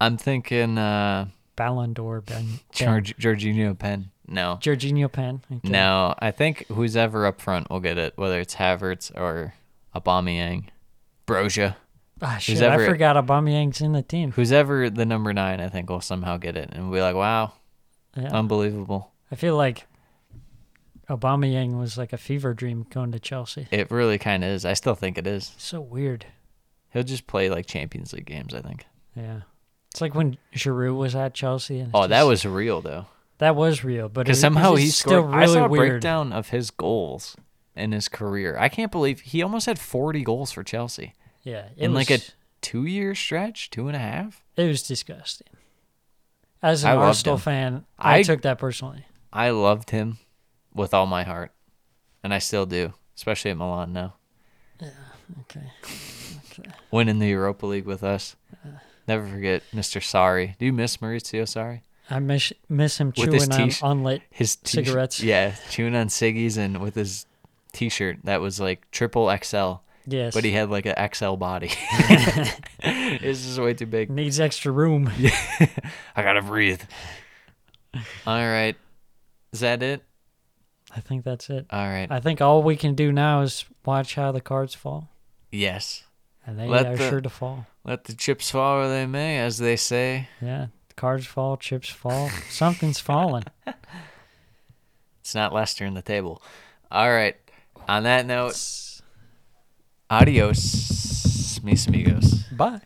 [SPEAKER 1] I'm thinking uh,
[SPEAKER 7] Ballon d'Or. Ben.
[SPEAKER 1] Geor-
[SPEAKER 7] ben.
[SPEAKER 1] Jorginho Penn. No.
[SPEAKER 7] Jorginho Pen. Okay.
[SPEAKER 1] No, I think who's ever up front will get it, whether it's Havertz or Aubameyang, Broja.
[SPEAKER 7] Ah, shit,
[SPEAKER 1] ever-
[SPEAKER 7] I forgot Aubameyang's in the team.
[SPEAKER 1] Who's ever the number nine, I think will somehow get it, and we'll be like, wow,
[SPEAKER 7] Yeah.
[SPEAKER 1] unbelievable.
[SPEAKER 7] I feel like Aubameyang was like a fever dream going to Chelsea.
[SPEAKER 1] It really kind of is. I still think it is.
[SPEAKER 7] So weird.
[SPEAKER 1] He'll just play like Champions League games, I think.
[SPEAKER 7] Yeah. It's like when Giroud was at Chelsea. And it's
[SPEAKER 1] Oh, that
[SPEAKER 7] just-
[SPEAKER 1] was real though,
[SPEAKER 7] that was real, but
[SPEAKER 1] because
[SPEAKER 7] it-
[SPEAKER 1] somehow
[SPEAKER 7] it's
[SPEAKER 1] he
[SPEAKER 7] still
[SPEAKER 1] scored.
[SPEAKER 7] really
[SPEAKER 1] I saw a
[SPEAKER 7] weird.
[SPEAKER 1] breakdown of his goals in his career. I can't believe he almost had forty goals for Chelsea
[SPEAKER 7] Yeah, it
[SPEAKER 1] in
[SPEAKER 7] was,
[SPEAKER 1] like a two-year stretch, two and a half.
[SPEAKER 7] it was disgusting. As an
[SPEAKER 1] I loved
[SPEAKER 7] Arsenal
[SPEAKER 1] him.
[SPEAKER 7] fan, I,
[SPEAKER 1] I-
[SPEAKER 7] took that personally.
[SPEAKER 1] I loved him with all my heart, and I still do, especially at Milan now,
[SPEAKER 7] Okay,
[SPEAKER 1] winning the Europa League with us. Never forget Mr. Sorry. Do you miss Maurizio Sorry?
[SPEAKER 7] I miss miss him
[SPEAKER 1] With his
[SPEAKER 7] chewing on
[SPEAKER 1] teeth.
[SPEAKER 7] unlit.
[SPEAKER 1] his t-
[SPEAKER 7] Cigarettes.
[SPEAKER 1] Yeah, chewing on ciggies and with his t-shirt that was like triple XL,
[SPEAKER 7] Yes,
[SPEAKER 1] but he had like an XL body. this is way too big.
[SPEAKER 7] needs extra room.
[SPEAKER 1] I gotta breathe. All right, is that it?
[SPEAKER 7] I think that's it.
[SPEAKER 1] All right.
[SPEAKER 7] I think all we can do now is watch how the cards fall,
[SPEAKER 1] yes.
[SPEAKER 7] and they
[SPEAKER 1] Let
[SPEAKER 7] are
[SPEAKER 1] the-
[SPEAKER 7] sure to fall.
[SPEAKER 1] Let the chips fall where they may, as they say.
[SPEAKER 7] Yeah, cards fall, chips fall, something's falling.
[SPEAKER 1] It's not Lester in the table. All right. On that note, adios, mis amigos.
[SPEAKER 7] Bye.